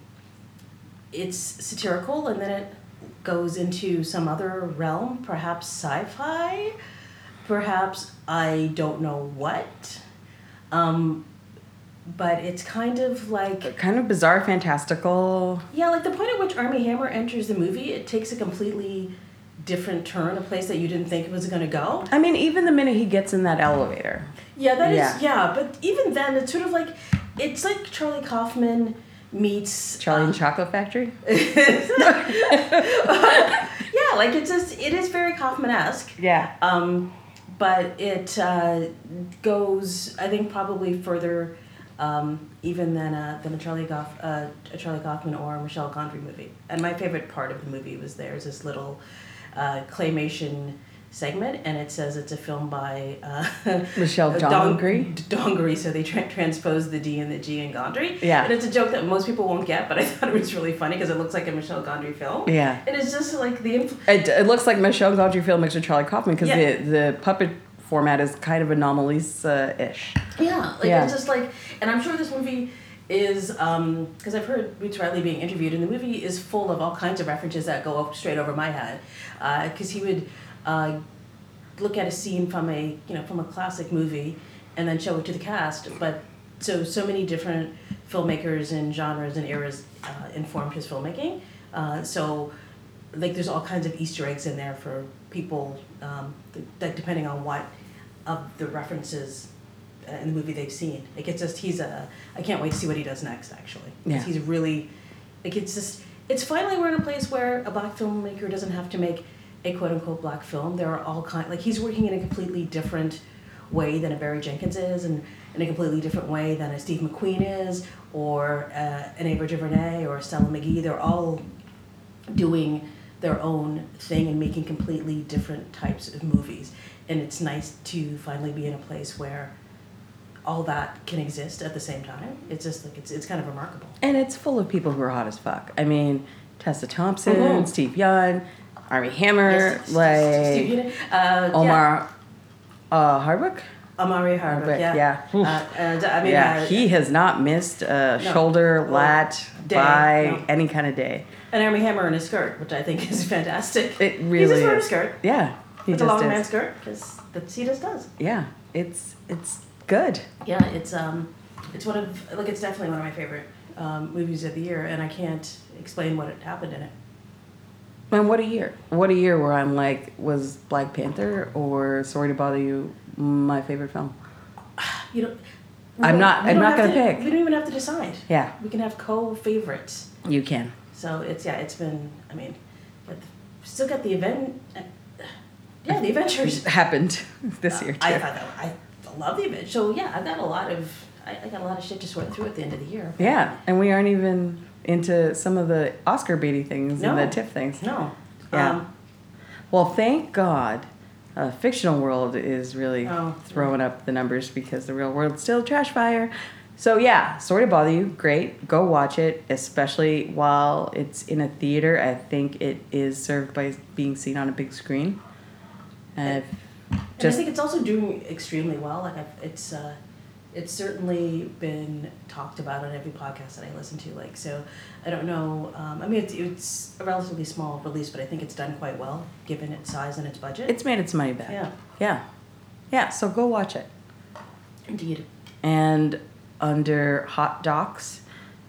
it's satirical, and then it goes into some other realm, perhaps sci-fi, perhaps I don't know what. Um, but it's kind of like
Kind of bizarre, fantastical.
Yeah, like the point at which Army Hammer enters the movie, it takes a completely different turn, a place that you didn't think it was going to go.
I mean, even the minute he gets in that elevator.
Yeah, that is
Yeah.
yeah. but even then, it's sort of like it's like Charlie Kaufman meets
Charlie and Chocolate Factory?
uh, yeah, like it's just it is very Kaufman esque.
Yeah.
Um, but it uh, goes, I think, probably further um, even than a, than a Charlie Goff, uh, a Charlie Kaufman or a Michelle Gondry movie. And my favorite part of the movie was there's this little uh, claymation segment, and it says it's a film by uh,
Michelle
Dong-
Dongri.
Dongri, so they tra- transpose the D and the G in Gondry.
Yeah.
and it's a joke that most people won't get, but I thought it was really funny because it looks like a Michelle Gondry film.
Yeah.
And it's just like the influence.
It, it looks like Michelle Gaudry film mixed with Charlie Kaufman because
Yeah.
the, the puppet format is kind of anomalies uh, ish.
Yeah, like
Yeah.
it's just like, and I'm sure this movie is because I've heard Boots Riley being interviewed, and the movie is full of all kinds of references that go up straight over my head, because he would uh, look at a scene from a you know from a classic movie, and then show it to the cast. But so so many different filmmakers and genres and eras uh, informed his filmmaking. Uh, so like there's all kinds of Easter eggs in there for people um, th- that depending on what of the references uh, in the movie they've seen. Like it's just he's a I can't wait to see what he does next actually. 'Cause
Yeah.
He's really like it's just it's finally we're in a place where a black filmmaker doesn't have to make a quote unquote black film. There are all kind like he's working in a completely different way than a Barry Jenkins is and in a completely different way than a Steve McQueen is or uh, an Ava DuVernay or a Stella McGee. They're all doing their own thing and making completely different types of movies. And it's nice to finally be in a place where all that can exist at the same time. It's just like it's it's kind of remarkable.
And it's full of people who are hot as fuck. I mean, Tessa Thompson,
Mhm.
Steve Young, Army Hammer,
Yes,
like
Steve Uni- uh,
Omar uh, Hardwick.
yeah. Omari Harbach,
Harbach,
yeah.
yeah.
Uh, and I mean,
yeah,
uh,
he has not missed a
No.
shoulder,
Or
lat,
day,
by
no.
any kind of day.
an Army Hammer in a skirt, which I think is fantastic.
It
He's
really
just wearing
is.
a skirt.
Yeah, he
With a
just
long
is.
man skirt, because that's he just does.
Yeah, it's it's good.
Yeah, it's um, it's one of like it's definitely one of my favorite um, movies of the year, and I can't explain what happened in it.
Man, what a year! What a year where I'm like, was Black Panther or Sorry to Bother You my favorite film?
You don't. we
I'm
don't-
not-
we
I'm
don't
not
have
gonna
to-
pick.
We don't even have to decide.
Yeah,
We can have co-favorites.
you can.
So it's yeah, it's been. I mean, but still got the event. Uh, yeah, the Avengers.
It happened this
Uh,
year too.
I thought that I love the event. So yeah, I've got a lot of I, I got a lot of shit to sort through at the end of the year.
yeah, and we aren't even into some of the Oscar beaty things and
No.
the TIFF things.
No.
Yeah.
Um,
Well, thank God, uh, fictional world is really
Oh.
throwing up the numbers because the real world's still trash fire. So yeah, sorry to bother you. Great, go watch it, especially while it's in a theater. I think it is served by being seen on a big screen. And if
And I
just
think it's also doing extremely well. Like I've, it's, uh, it's certainly been talked about on every podcast that I listen to. Like so, I don't know. Um, I mean, it's, it's a relatively small release, but I think it's done quite well given its size and its budget.
it's made its money back.
yeah,
yeah, yeah. So go watch it.
indeed.
And under Hot Docs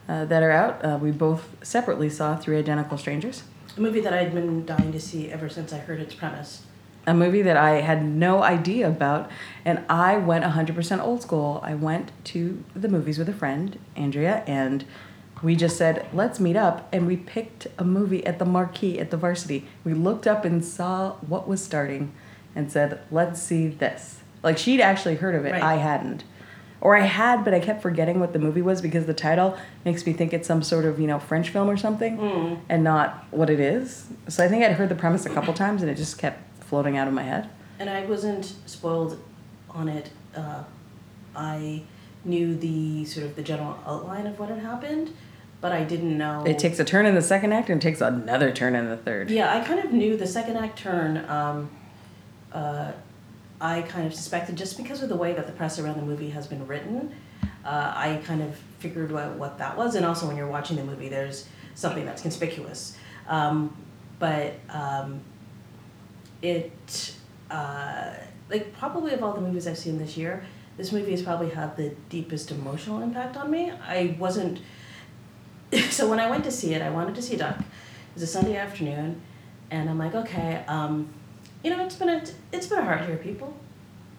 uh, that are out. Uh, we both separately saw Three Identical Strangers,
A movie that I'd been dying to see ever since I heard its premise.
a movie that I had no idea about, and I went 100% old school. I went to the movies with a friend, Andrea, and we just said, let's meet up, and we picked a movie at the marquee at the varsity. We looked up and saw what was starting and said, let's see this. Like, she'd actually heard of it,
Right.
I hadn't. Or I had, but I kept forgetting what the movie was because the title makes me think it's some sort of, you know, French film or something
Mm.
and not what it is. So I think I'd heard the premise a couple times and it just kept floating out of my head.
And I wasn't spoiled on it. Uh, I knew the sort of the general outline of what had happened, but I didn't know.
It takes a turn in the second act and takes another turn in the third.
Oh. Yeah, I kind of knew the second act turn. Um, uh, I kind of suspected just because of the way that the press around the movie has been written. Uh, I kind of figured out what that was, and also when you're watching the movie, there's something that's conspicuous. Um, but um, it, uh, like probably of all the movies I've seen this year, this movie has probably had the deepest emotional impact on me. I wasn't so when I went to see it, I wanted to see Duck. It was a Sunday afternoon, and I'm like, okay, um, you know, it's been a it's been a hard year, people,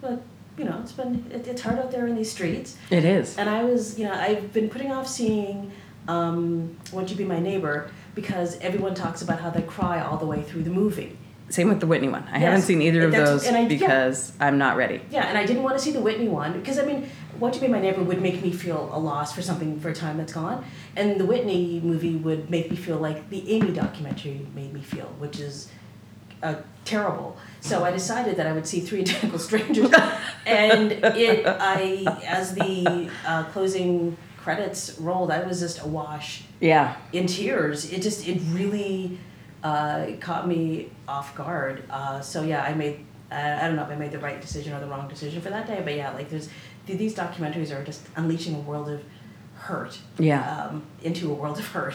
but you know, it's been it, it's hard out there in these streets.
It is.
And I was, you know, I've been putting off seeing um, Won't You Be My Neighbor because everyone talks about how they cry all the way through the movie.
Same with the Whitney one. I
Yes.
haven't seen either of
That's-
those
and I- yeah.
because I'm not ready.
Yeah, and I didn't want to see the Whitney one because I mean, What to Be My Neighbor would make me feel a loss for something for a time that's gone, and the Whitney movie would make me feel like the Amy documentary made me feel, which is uh, terrible. So I decided that I would see Three Identical Strangers, and it I as the uh, closing credits rolled, I was just awash
Yeah.
in tears. It just it really uh, caught me off guard. Uh, so yeah, I made I, I don't know if I made the right decision or the wrong decision for that day, but yeah, like there's th- these documentaries are just unleashing a world of hurt.
Yeah.
Um, into a world of hurt.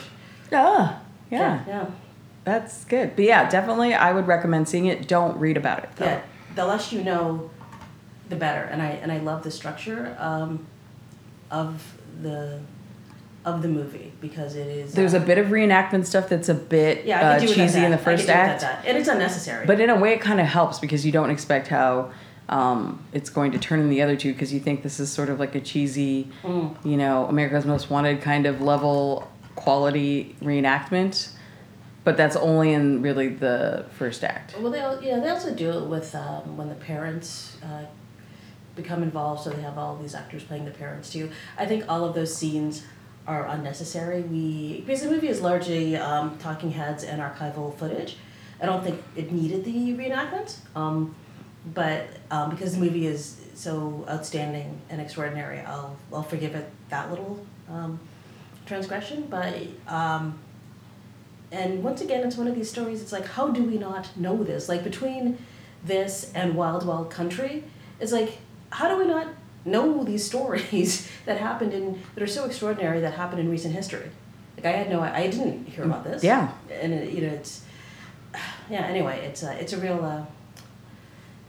Ah, yeah.
Yeah.
That's good. But yeah, definitely I would recommend seeing it. Don't read about it
Yeah.
though.
yeah. The less you know, the better. And I and I love the structure um, of the of the movie because it is
There's
uh,
a bit of reenactment stuff that's a bit
yeah I could
uh,
do without
cheesy in the
that. I could
first
do without
act.
that. and it's unnecessary.
But in a way, it kind of helps because you don't expect how um, it's going to turn in the other two because you think this is sort of like a cheesy,
Mm.
you know, America's Most Wanted kind of level quality reenactment. But that's only in really the first act.
Well, they al- yeah they also do it with um, when the parents uh, become involved, so they have all these actors playing the parents too. I think all of those scenes are unnecessary. We because the movie is largely um, talking heads and archival footage. I don't think it needed the reenactment, um, but um, because the movie is so outstanding and extraordinary, I'll I'll forgive it that little um, transgression, but. Um, and once again, it's one of these stories. It's like, how do we not know this? Like between this and Wild Wild Country, it's like, how do we not know these stories that happened in that are so extraordinary that happened in recent history? Like I had no, I didn't hear about this.
Yeah.
and it, you know, it's yeah. Anyway, it's a, it's a real, uh,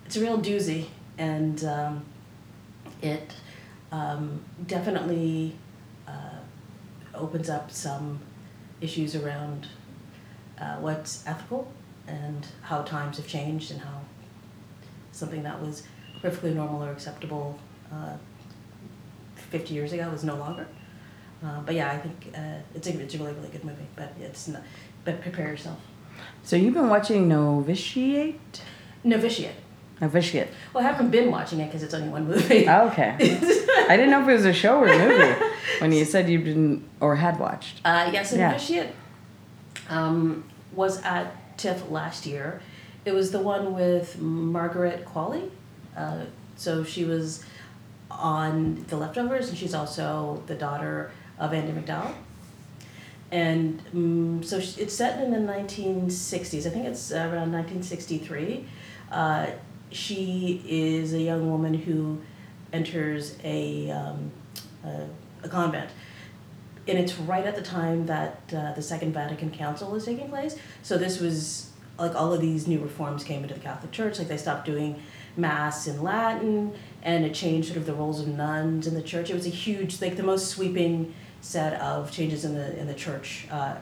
it's a real doozy, and um, it um, definitely uh, opens up some issues around uh, what's ethical and how times have changed and how something that was perfectly normal or acceptable uh, 50 years ago is no longer. Uh, but yeah, I think uh, it's, a, it's a really, really good movie, but it's not, but prepare yourself.
So you've been watching Novitiate?
Novitiate.
Novitiate.
Well, I haven't been watching it because it's only one movie.
Okay. I didn't know if it was a show or a movie when you said you didn't or had watched.
Uh, yes, and
Yeah.
Novitiate um, was at TIFF last year. It was the one with Margaret Qualley. Uh, so she was on The Leftovers, and she's also the daughter of Andy McDowell. And um, so sh- it's set in the 1960s. I think it's around 1963. Uh, she is a young woman who enters a, um, a, a convent and it's right at the time that uh, the Second Vatican Council is taking place. So this was like all of these new reforms came into the Catholic Church. Like they stopped doing mass in Latin and it changed sort of the roles of nuns in the church. It was a huge, like the most sweeping set of changes in the in the church. Uh, uh,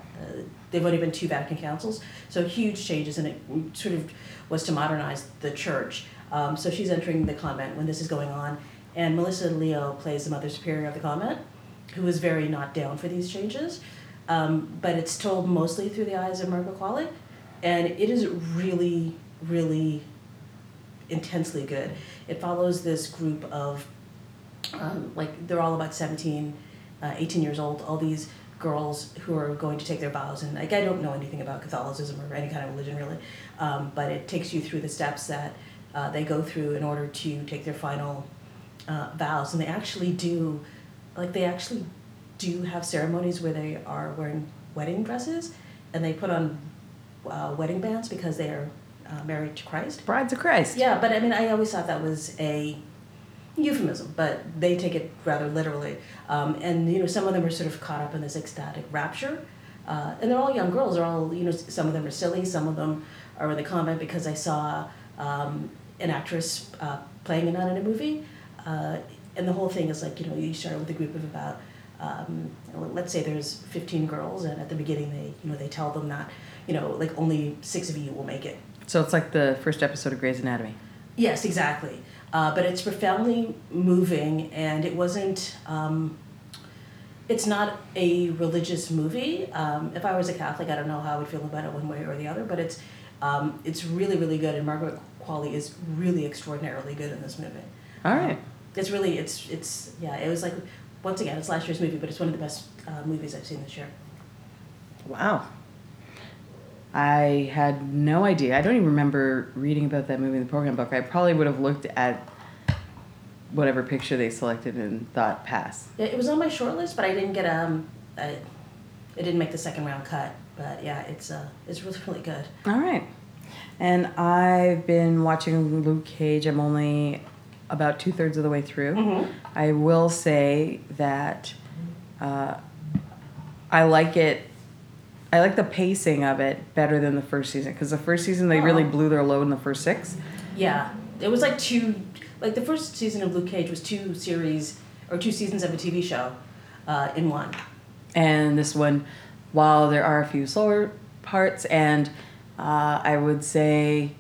they've only been two Vatican councils, so huge changes, and it sort of was to modernize the church. Um, so she's entering the convent when this is going on, and Melissa Leo plays the mother superior of the convent, who is very not down for these changes. Um, but it's told mostly through the eyes of Margot Qualley, and it is really, really intensely good. It follows this group of, um, like, they're all about 17, uh, 18 years old, all these girls who are going to take their vows. And, like, I don't know anything about Catholicism or any kind of religion, really, um, but it takes you through the steps that uh, they go through in order to take their final uh, vows. And they actually do, like, they actually do have ceremonies where they are wearing wedding dresses and they put on uh, wedding bands because they are uh, married to Christ.
Brides of Christ.
Yeah, but I mean, I always thought that was a euphemism, but they take it rather literally. Um, and you know, some of them are sort of caught up in this ecstatic rapture, uh, and they're all young girls. They're all you know, s- some of them are silly, some of them are in the convent because I saw um, an actress uh, playing a nun in a movie, uh, and the whole thing is like you know, you start with a group of about. Um, let's say there's 15 girls and at the beginning they you know they tell them that you know like only six of you will make it
So it's like the first episode of Grey's Anatomy.
Yes, exactly. Uh, but it's profoundly moving, and it wasn't. Um, it's not a religious movie. Um, if I was a Catholic, I don't know how I would feel about it one way or the other. But it's um, it's really really good, and Margaret Qualley is really extraordinarily good in this movie. Um,
All right.
It's really it's it's yeah. It was like once again, it's last year's movie, but it's one of the best uh, movies I've seen this year.
Wow. I had no idea. I don't even remember reading about that movie in the program book. I probably would have looked at whatever picture they selected and thought pass.
Yeah, it was on my short list, but I didn't get um, I, it didn't make the second round cut. But yeah, it's uh, it's really really good.
All right. And I've been watching Luke Cage. I'm only about two thirds of the way through. I will say that uh, I like it. I like the pacing of it better than the first season because the first season they really
Oh.
blew their load in the first six.
Yeah, it was like two, like the first season of Luke Cage was two series or two seasons of a TV show uh, in one.
and this one while there are a few slower parts and uh, i would say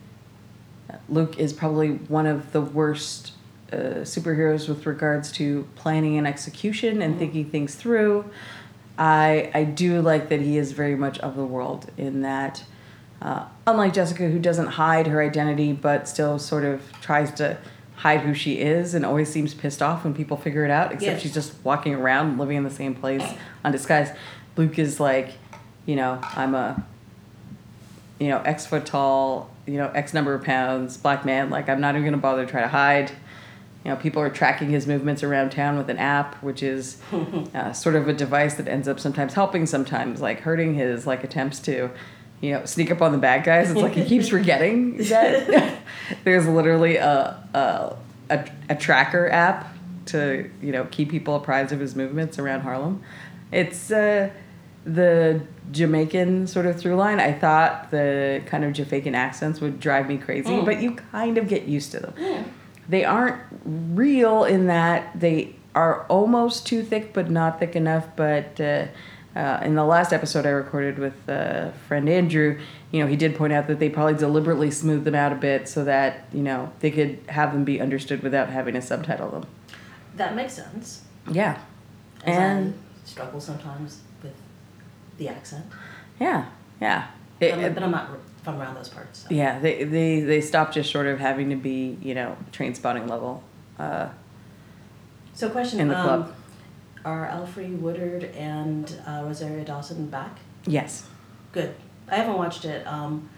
luke is probably one of the worst uh, superheroes with regards to planning and execution and thinking things through I, I do like that he is very much of the world in that uh, unlike jessica who doesn't hide her identity but still sort of tries to hide who she is and always seems pissed off when people figure it out except
Yes.
she's just walking around living in the same place undisguised luke is like you know i'm a you know x foot tall you know x number of pounds black man like i'm not even gonna bother to try to hide you know people are tracking his movements around town with an app which is uh, sort of a device that ends up sometimes helping sometimes like hurting his like attempts to you know sneak up on the bad guys it's like he keeps forgetting that there's literally a, a, a, a tracker app to you know keep people apprised of his movements around harlem it's uh, the jamaican sort of through line i thought the kind of jamaican accents would drive me crazy but you kind of get used to them they aren't real in that they are almost too thick but not thick enough but uh, uh, in the last episode i recorded with uh, friend andrew you know he did point out that they probably deliberately smoothed them out a bit so that you know they could have them be understood without having to subtitle them
That makes sense.
yeah
As
and
I struggle sometimes with the accent,
yeah yeah It-
I'm,
it-
but I'm not r- from around those parts. So.
yeah they, they they stopped just short of having to be you know train spotting level uh,
So question:
In the
um,
club.
Are Alfre Woodard and uh, Rosario Dawson back?
yes
Good. I haven't watched it. Um,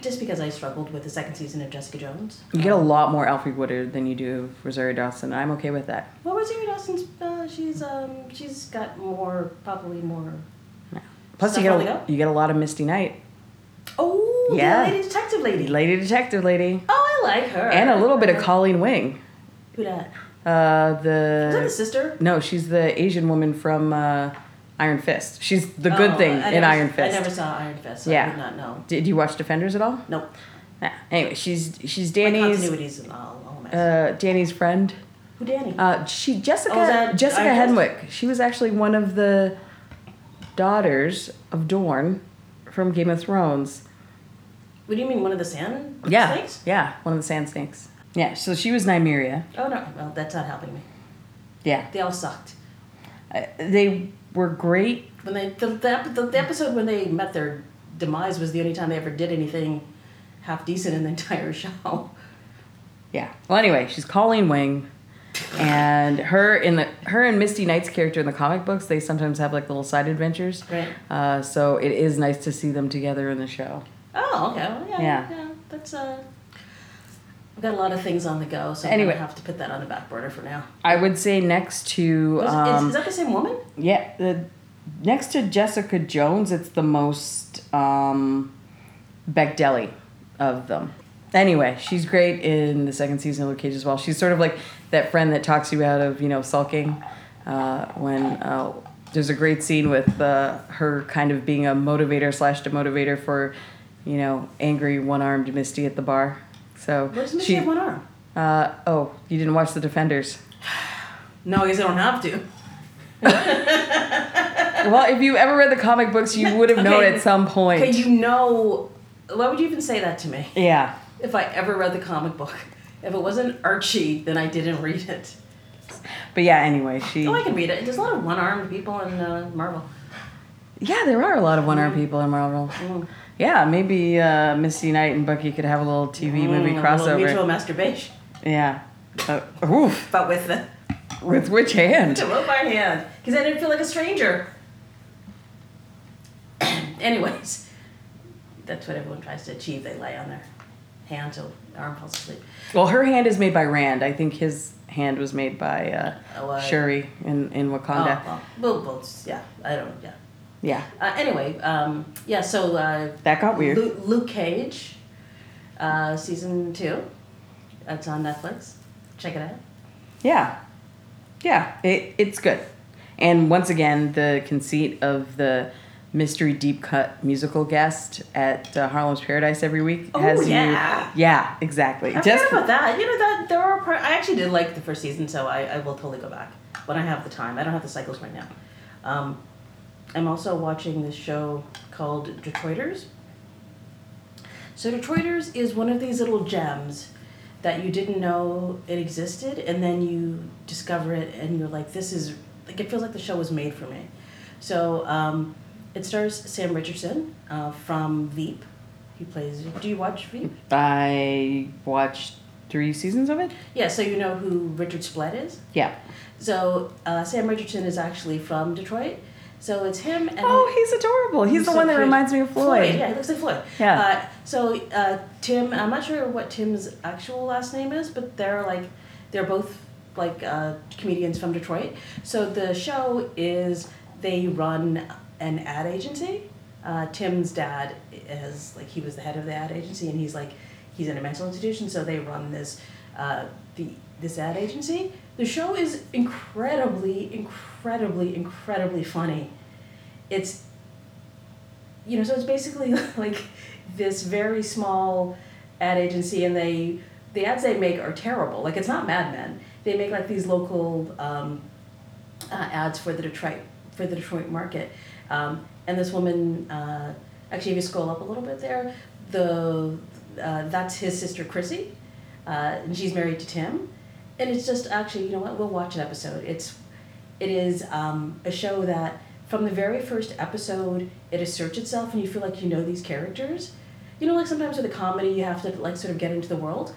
just because I struggled with the second season of Jessica Jones.
you get a lot more alfred woodard than you do rosario dawson and i'm okay with that
Well, Rosario Dawson's uh, she's um she's got more probably more.
Plus, you
Stuff
get,
on the
a,
go?
you get a lot of Misty Knight.
Oh, the
Yeah.
lady detective lady.
Lady Detective Lady.
Oh, I like her.
And a little bit of Colleen Wing.
Who that?
Uh,
Is that the
the.
sister?
No, she's the Asian woman from uh, Iron Fist. She's the good
Oh,
thing
I
in
never-
Iron
I never
Fist.
saw Iron Fist. So
Yeah.
I did not know.
Did you watch Defenders at all?
Nope.
Ah, Anyway, she's she's
My
Danny's
continuities and all, all mess.
uh, Danny's friend.
Who Danny?
Uh, she Jessica
Oh, is that-
Jessica
I just-
Henwick. She was actually one of the daughters of Dorne from Game of Thrones.
what do you mean, one of the salmon?
Yeah,
Snakes?
yeah, one of the Sand Snakes. Yeah, so she was Nymeria.
Oh no, well that's not helping me.
Yeah,
They all sucked.
Uh, they were great.
When they the, the, ep- the, the episode when they met their demise was the only time they ever did anything half decent in the entire show.
Yeah. Well, anyway, she's Colleen Wing, and her in the her and Misty Knight's character in the comic books, they sometimes have like little side adventures.
Right.
Uh, so it is nice to see them together in the show.
Oh, okay. Well, yeah,
Yeah.
yeah. That's uh I've got a lot of things on the go, so
Anyway.
I'm gonna have to put that on the back burner for now.
I would say next to
Was- is,
um,
is that the same woman?
yeah, the next to Jessica Jones, it's the most um, Bechdeli of them. Anyway, she's great in the second season of Luke Cage as well. She's sort of like that friend that talks you out of you know sulking. Uh, when uh, there's a great scene with uh, her kind of being a motivator slash demotivator for you know angry one armed Misty at the bar. So
Where's Misty
she-
have one arm?
uh, oh, you didn't watch The Defenders.
No, I guess I don't have to.
Well, if you ever read the comic books, you would have known
Okay.
at some point.
Okay, you know why would you even say that to me?
yeah.
If I ever read the comic book. If it wasn't Archie, then I didn't read it.
But yeah, anyway, she.
Oh, I can read it. There's a lot of one-armed people in uh, Marvel.
yeah, there are a lot of one
Mm.
armed people in Marvel. Yeah, maybe uh, Misty Knight and Bucky could have a little TV movie
Mm, a little Mutual
crossover.
masturbation,
Yeah. Uh, oof.
but with the
With which hand?
to move my hand because I didn't feel like a stranger. Anyways, that's what everyone tries to achieve. They lay on their hand till the arm falls asleep.
Well, her hand is made by Rand. I think his hand was made by uh,
Oh, uh,
Shuri in, in Wakanda.
Oh, well, we'll, we'll- yeah, I don't, yeah.
Yeah.
Uh, anyway, um, yeah, so uh,
That got weird.
Luke, Luke Cage, uh, season two. It's on Netflix. Check it out.
Yeah. Yeah, it, it's good. And once again, the conceit of the mystery deep cut musical guest at uh, Harlem's Paradise every week
Oh,
has
yeah.
you. Yeah, exactly.
I
Just
forgot about that. You know that there are. Part, I actually did like the first season, so I, I will totally go back when I have the time. I don't have the cycles right now. Um, I'm also watching this show called Detroiters. So Detroiters is one of these little gems that you didn't know it existed, and then you discover it, and you're like, "This is like it feels like the show was made for me." So um, it stars Sam Richardson uh, from Veep. He plays. Do you watch Veep?
I watched three seasons of it.
Yeah, so you know who Richard Splett is?
Yeah.
So uh, Sam Richardson is actually from Detroit. So it's him and.
Oh, he's adorable. He's, the
so
one that
cute.
reminds me of Floyd.
Yeah, he looks like Floyd.
Yeah.
Uh, so uh, Tim, I'm not sure what Tim's actual last name is, but they're like, they're both like uh, comedians from Detroit. So the show is they run an ad agency. Uh, Tim's dad is like he was the head of the ad agency, and he's like he's in a mental institution, so they run this uh, the this ad agency. The show is incredibly, incredibly, incredibly funny. It's you know, so it's basically like this very small ad agency, and they the ads they make are terrible. Like it's not Mad Men. They make like these local um, uh, ads for the Detroit for the Detroit market, um, and this woman uh, actually, if you scroll up a little bit there, the uh, that's his sister Chrissy, uh, and she's married to Tim, and it's just actually you know what we'll watch an episode. It's it is um, a show that from the very first episode it asserts itself and you feel like you know these characters you know like sometimes with a comedy you have to like sort of get into the world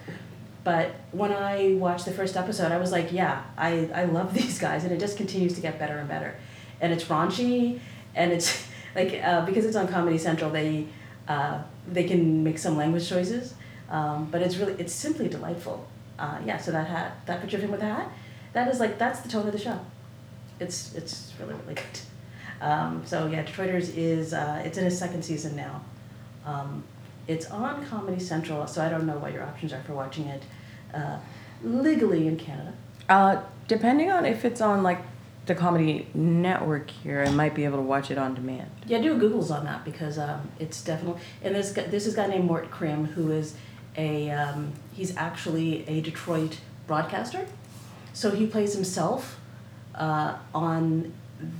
but when i watched the first episode i was like yeah i, I love these guys and it just continues to get better and better and it's raunchy and it's like uh, because it's on comedy central they uh, they can make some language choices um, but it's really it's simply delightful uh, yeah so that hat that picture of him with a hat that is like that's the tone of the show it's it's really really good. Um, so yeah, Detroiters is uh, it's in its second season now. Um, it's on Comedy Central, so I don't know what your options are for watching it uh, legally in Canada.
Uh, depending on if it's on like the comedy network here, I might be able to watch it on demand.
Yeah, do a Google's on that because um, it's definitely and this guy, this is a guy named Mort Krim who is a um, he's actually a Detroit broadcaster, so he plays himself uh, on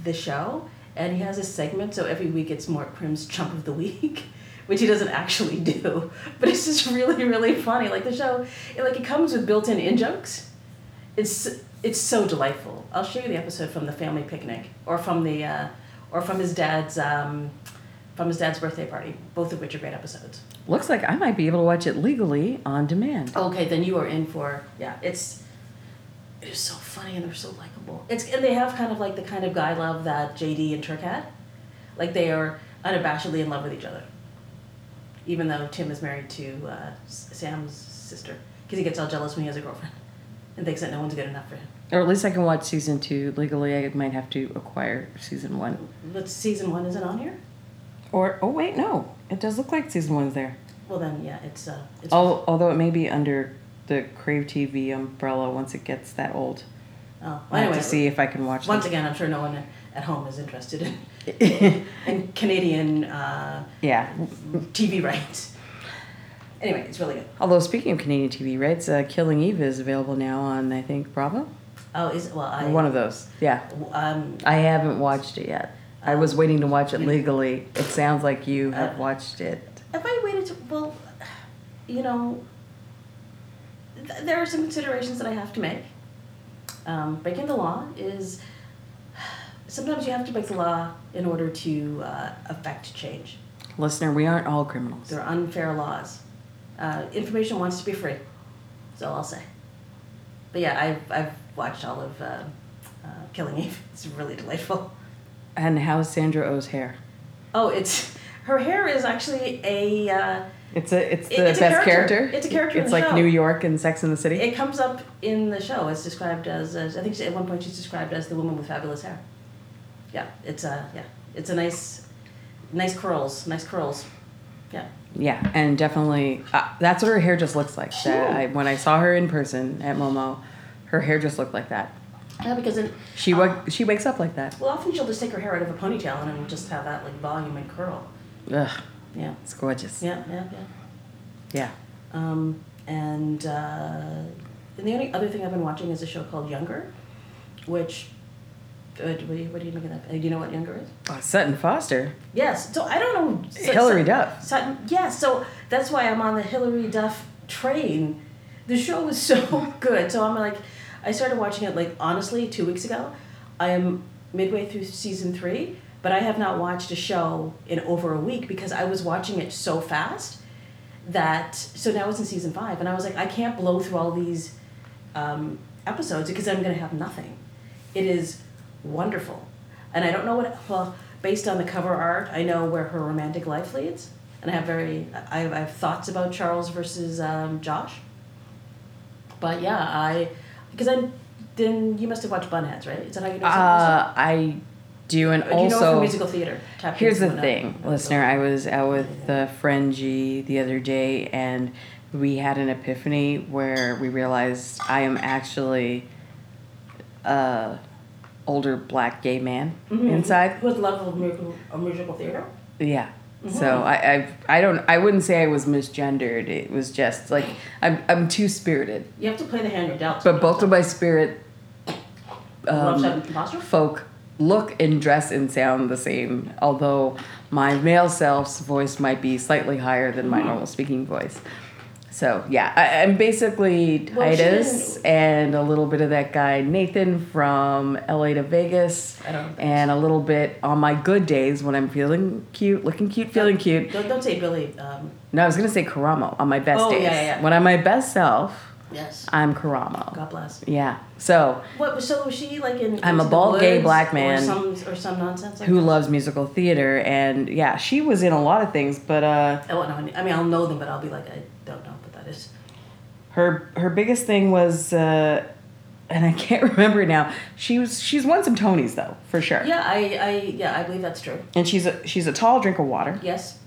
the show, and he has a segment. So every week it's Mark Prim's Chump of the Week, which he doesn't actually do, but it's just really really funny. Like the show, it, like it comes with built-in in jokes. It's it's so delightful. I'll show you the episode from the family picnic, or from the, uh, or from his dad's, um, from his dad's birthday party. Both of which are great episodes.
Looks like I might be able to watch it legally on demand.
Okay, then you are in for yeah. It's it is so funny and they're so likable. It's and they have kind of like the kind of guy love that JD and Turk had, like they are unabashedly in love with each other. Even though Tim is married to uh, S- Sam's sister, because he gets all jealous when he has a girlfriend and thinks that no one's good enough for him.
Or at least I can watch season two legally. I might have to acquire season one.
But season one isn't on here.
Or oh wait, no, it does look like season one's there.
Well then, yeah, it's uh, it's
Al although it may be under the Crave TV umbrella once it gets that old.
Oh,
I have to see if I can watch.
Once
them.
again, I'm sure no one at home is interested in, in Canadian uh,
Yeah.
TV rights. Anyway, it's really good.
Although speaking of Canadian TV rights, uh, Killing Eve is available now on I think Bravo.
Oh, is well, I
One of those. Yeah.
um,
I haven't watched it yet. I was waiting to watch it legally. It sounds like you have
Uh,
watched it.
if I waited to well, you know, th- there are some considerations that I have to make. Um, breaking the law is sometimes you have to break the law in order to uh, affect change.
Listener, we aren't all criminals.
They're unfair laws. Uh, information wants to be free. That's all I'll say. But yeah, I've, I've watched all of uh, uh, Killing Eve. It's really delightful.
And how's Sandra O's hair?
Oh, it's her hair is actually a. Uh,
It's a it's
It-
the
it's a
best
character.
character.
It's a character in
It's
the
like
show.
New York and Sex in the City.
it comes up in the show. It's described as, as I think she, at one point she's described as the woman with fabulous hair. Yeah, it's a yeah, it's a nice, nice curls, nice curls. Yeah.
yeah, and definitely uh, that's what her hair just looks like. That I, when I saw her in person at Momo, her hair just looked like that.
Yeah, because in,
She wa-
Oh.
she wakes up like that.
well, often she'll just take her hair out of a ponytail and it'll just have that like volume and curl.
Ugh,
Yeah.
it's gorgeous. Yeah.
Yeah, yeah, yeah. Um, and uh, and the only other thing I've been watching is a show called Younger, which uh, what, do you, what do you make of that? Uh, do you know what Younger is?
Oh, Sutton Foster,
Yes. So I don't know. so-
Hillary
so-
Duff.
So, yeah. So that's why I'm on the Hillary Duff train. The show was so good. So I'm like, I started watching it like honestly two weeks ago. I am midway through season three, but I have not watched a show in over a week because I was watching it so fast that so now it's in season five and i was like i can't blow through all these um, episodes because i'm going to have nothing it is wonderful and i don't know what well based on the cover art i know where her romantic life leads and i have very i have, I have thoughts about charles versus um, josh but yeah i because i'm then you must have watched bunheads right is that how you know
Uh, I do, and
do you know her
Uh, also
from musical theater Tap
Here's the
into one of-
thing, listener. I was out with the friend G the other day, and we had an epiphany where we realized I am actually a older black gay man inside.
who would love a musical, a musical theater
Yeah. So I, I I don't I wouldn't say I was misgendered. It was just like I'm I'm too spirited.
You have to play the hand you're dealt.
But both of my spirit
Love
um,
Seven Apostrophe?
folk look and dress and sound the same, although my male self's voice might be slightly higher than
Hmm.
my normal speaking voice. So yeah, I, I'm basically
Well, she
Titus and a little bit of that guy Nathan from LA to Vegas,
I don't think
and a little bit on my good days when I'm feeling cute, looking cute, feeling cute.
Don't, don't say Billy. Um,
No, I was gonna say Karamo on my best
Oh, yeah,
days.
yeah, yeah.
When I'm my best self,
yes.
I'm Karamo.
God bless.
Yeah. So
What? So was she like in?
I'm a
Into the
bald gay
Woods
black
Or
man
some, or some nonsense. Like
who
that?
loves musical theater and yeah she was in a lot of things but uh
Oh, I won't know. any- I mean, I'll know them, but I'll be like, I don't know what that is.
her her biggest thing was uh and I can't remember now. She was she's won some Tonys though, for sure.
Yeah, I, I, yeah, I believe that's true.
And she's a she's a tall drink of water.
Yes. She's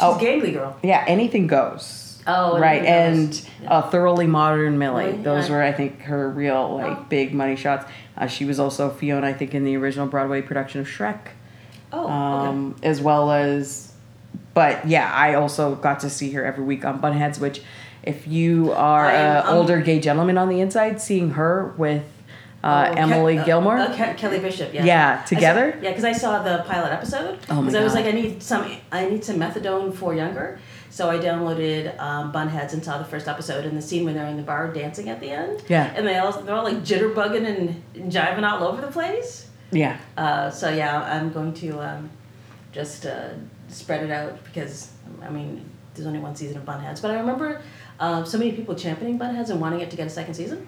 Oh.
gangly girl.
Yeah, anything goes.
Oh,
right.
Anything
And
Goes.
uh, thoroughly modern Millie.
Really?
Those
Yeah.
were I think her real like
Oh.
big money shots. Uh, she was also Fiona I think in the original Broadway production of Shrek.
Oh. okay.
um, as well as but yeah i also got to see her every week on bunheads which if you are an
um,
I'm- I'm-
older gay gentleman on the inside, seeing her with uh,
Oh, Ke-
Emily
uh,
Gilmore.
uh, Ke- Kelly Bishop, yeah.
Yeah,
I saw-
together?
yeah, because I saw the pilot episode.
Oh my
Because I was
God.
like, I need some, I need some methadone for younger. So I downloaded um, Bunheads and saw the first episode and the scene when they're in the bar dancing at the end.
Yeah.
And they all they're all like jitterbugging and, and jiving all over the place.
yeah.
Uh, so yeah, I'm going to um, just uh, spread it out because I mean there's only one season of Bunheads, but I remember uh, so many people championing Bunheads and wanting it to get a second season.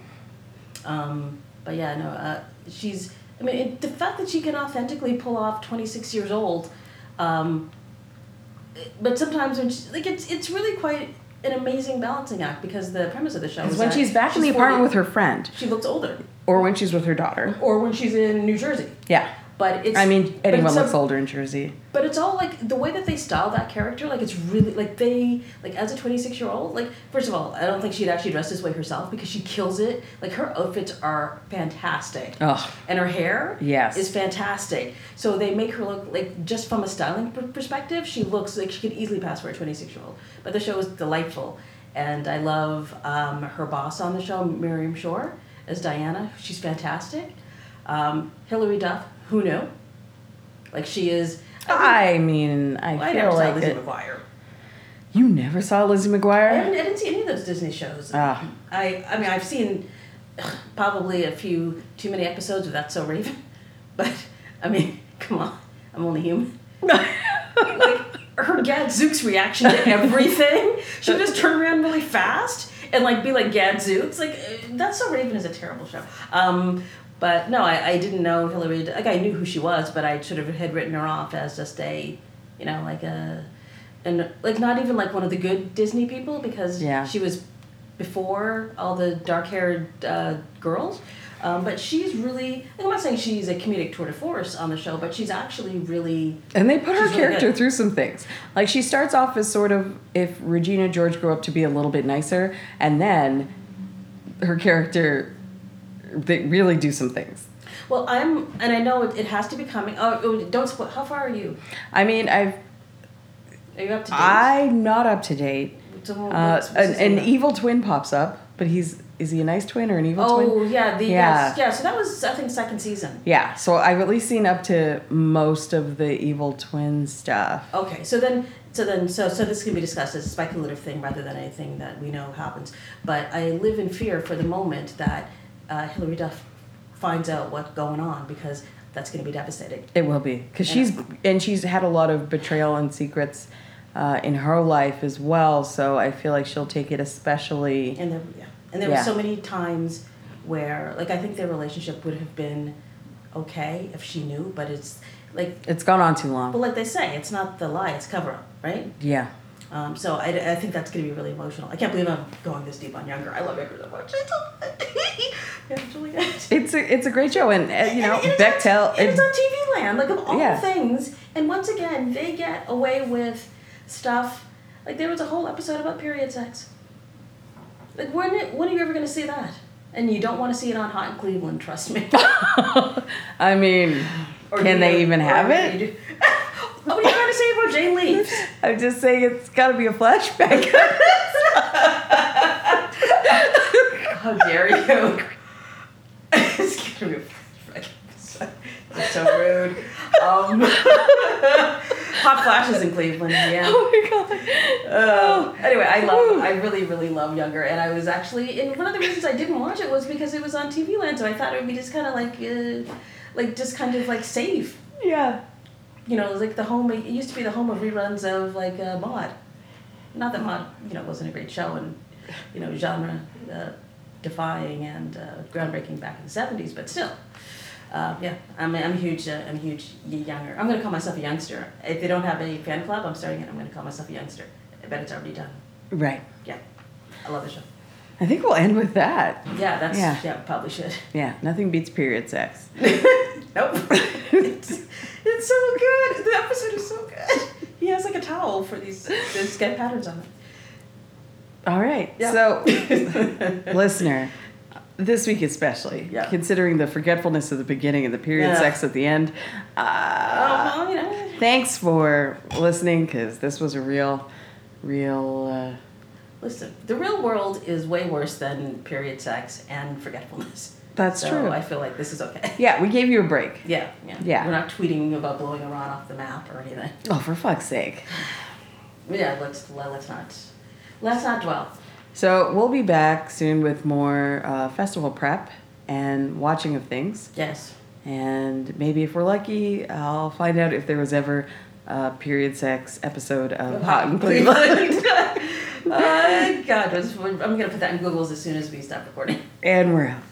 Um, but yeah, no, uh, she's. I mean, it, the fact that she can authentically pull off 26 years old, um, it- but sometimes when she, like it's it's really quite an amazing balancing act because the premise of the show is
Because when
that
she's back in the
40,
apartment with her friend,
she looks older,
or when she's with her daughter.
or when she's in New Jersey.
Yeah.
But it's
I mean,
but
anyone
it's a-
looks older in Jersey.
but it's all like the way that they style that character, like it's really like they like as a twenty six year old, like first of all, I don't think she'd actually dress this way herself because she kills it. Like her outfits are fantastic.
Ugh.
And her hair
Yes.
is fantastic. So they make her look like just from a styling per- perspective, she looks like she could easily pass for a twenty six year old. But the show is delightful. And I love um, her boss on the show, Miriam Shore, as Diana. She's fantastic. Um, Hilary Duff, who knew? Like she is
I mean, I
well, I
feel
never saw
like
Lizzie
it-
McGuire.
you never saw Lizzie
I,
McGuire.
haven't, I didn't see any of those Disney shows.
Ah.
I I mean I've seen ugh, probably a few too many episodes of That's So Raven, but I mean come on, I'm only human.
Ah.
like her Gadzooks reaction to everything, she would just turn around really fast and like be like Gadzooks. Like uh, That's So Raven is a terrible show. Um, but no, I, I didn't know Hillary. Like I knew who she was, but I sort of had written her off as just a, you know, like a, and like not even like one of the good Disney people because
Yeah.
she was before all the dark-haired uh, girls. Um, but she's really. I'm not saying she's a comedic tour de force on the show, but she's actually really.
And they put her
She's really
character
good.
through some things. Like she starts off as sort of if Regina George grew up to be a little bit nicer, and then her character they really do some things.
Well, I'm, and I know it, it has to be coming. Oh, oh, don't spoil. How far are you?
I mean, I've
Are you up to date?
I'm not up to date.
So Oh, what-
Uh,
what's- what's
an,
his
an
name?
evil twin pops up, but he's is he a nice twin or an evil twin?
Oh yeah, the
Yeah.
yes, yeah. So that was I think second season.
Yeah, so I've at least seen up to most of the evil twin stuff.
Okay, so then, so then, so so this can be discussed as a speculative thing rather than anything that we know happens. But I live in fear for the moment that uh, Hillary Duff finds out what's going on because that's going to be devastating.
It will be because she's and she's had a lot of betrayal and secrets uh, in her life as well. So I feel like she'll take it especially.
And there, yeah, and there
Yeah.
were so many times where, like, I think their relationship would have been okay if she knew, but it's like,
It's gone on too
but
long.
like they say, it's not the lie, it's cover up, right?
Yeah,
Um, so I, I think that's going to be really emotional. I can't believe I'm going this deep on Younger. I love Younger so much. It's so yeah, Juliet.
it's a it's a great show, and uh, you know
And- and it's
Bechtel.
on- and
It,
It's on TV land, like of all
Yeah.
things. And once again, they get away with stuff. Like there was a whole episode about period sex. Like when it, when are you ever going to see that? And you don't want to see it on Hot in Cleveland. Trust me.
I mean,
Or
can
you-
they even
or
have
you
it?
do- what are you trying to say about Jane Leaves?
I'm just saying it's got to be a flashback.
How dare you? it's gonna be a freaking episode. That's so rude. Um, hot flashes in Cleveland, yeah.
oh my god. Oh,
Uh, anyway, I love, I really, really love Younger, and I was actually, and one of the reasons I didn't watch it was because it was on TV Land, so I thought it would be just kind of like, uh, like just kind of like safe.
Yeah.
You know, it was like the home, it used to be the home of reruns of like uh, Maud. Not that Maud, you know, wasn't a great show and, you know, genre uh, defying and uh, groundbreaking back in the 70s, but still. Uh, yeah, I'm, I'm huge. Uh, I'm huge y- younger. I'm gonna call myself a youngster. If they don't have a fan club, I'm starting it. I'm gonna call myself a youngster. I bet it's already done.
Right.
Yeah, I love the show.
I think we'll end with that.
Yeah, that's
Yeah.
yeah, probably should.
Yeah. Nothing beats period sex.
Nope. it's, it's so good. The episode is so good. He has like a towel for these. There's guy patterns on it.
All right.
Yeah.
So, listener, this week especially,
Yeah.
considering the forgetfulness of the beginning and the period
Yeah.
sex at the end, uh,
oh, well, you know.
thanks for listening because this was a real, real uh,
listen, the real world is way worse than period sex and forgetfulness.
That's
so
true.
I feel like this is okay.
yeah, we gave you a break.
Yeah, yeah.
Yeah.
We're not tweeting about blowing Iran off the map or anything.
Oh, for fuck's sake.
Yeah, let's let's not let's not dwell.
So we'll be back soon with more uh, festival prep and watching of things.
Yes.
And maybe if we're lucky, I'll find out if there was ever a period sex episode of Hot in Cleveland.
uh, God, it was- I'm gonna put that in Google's as soon as we stop recording.
and we're out.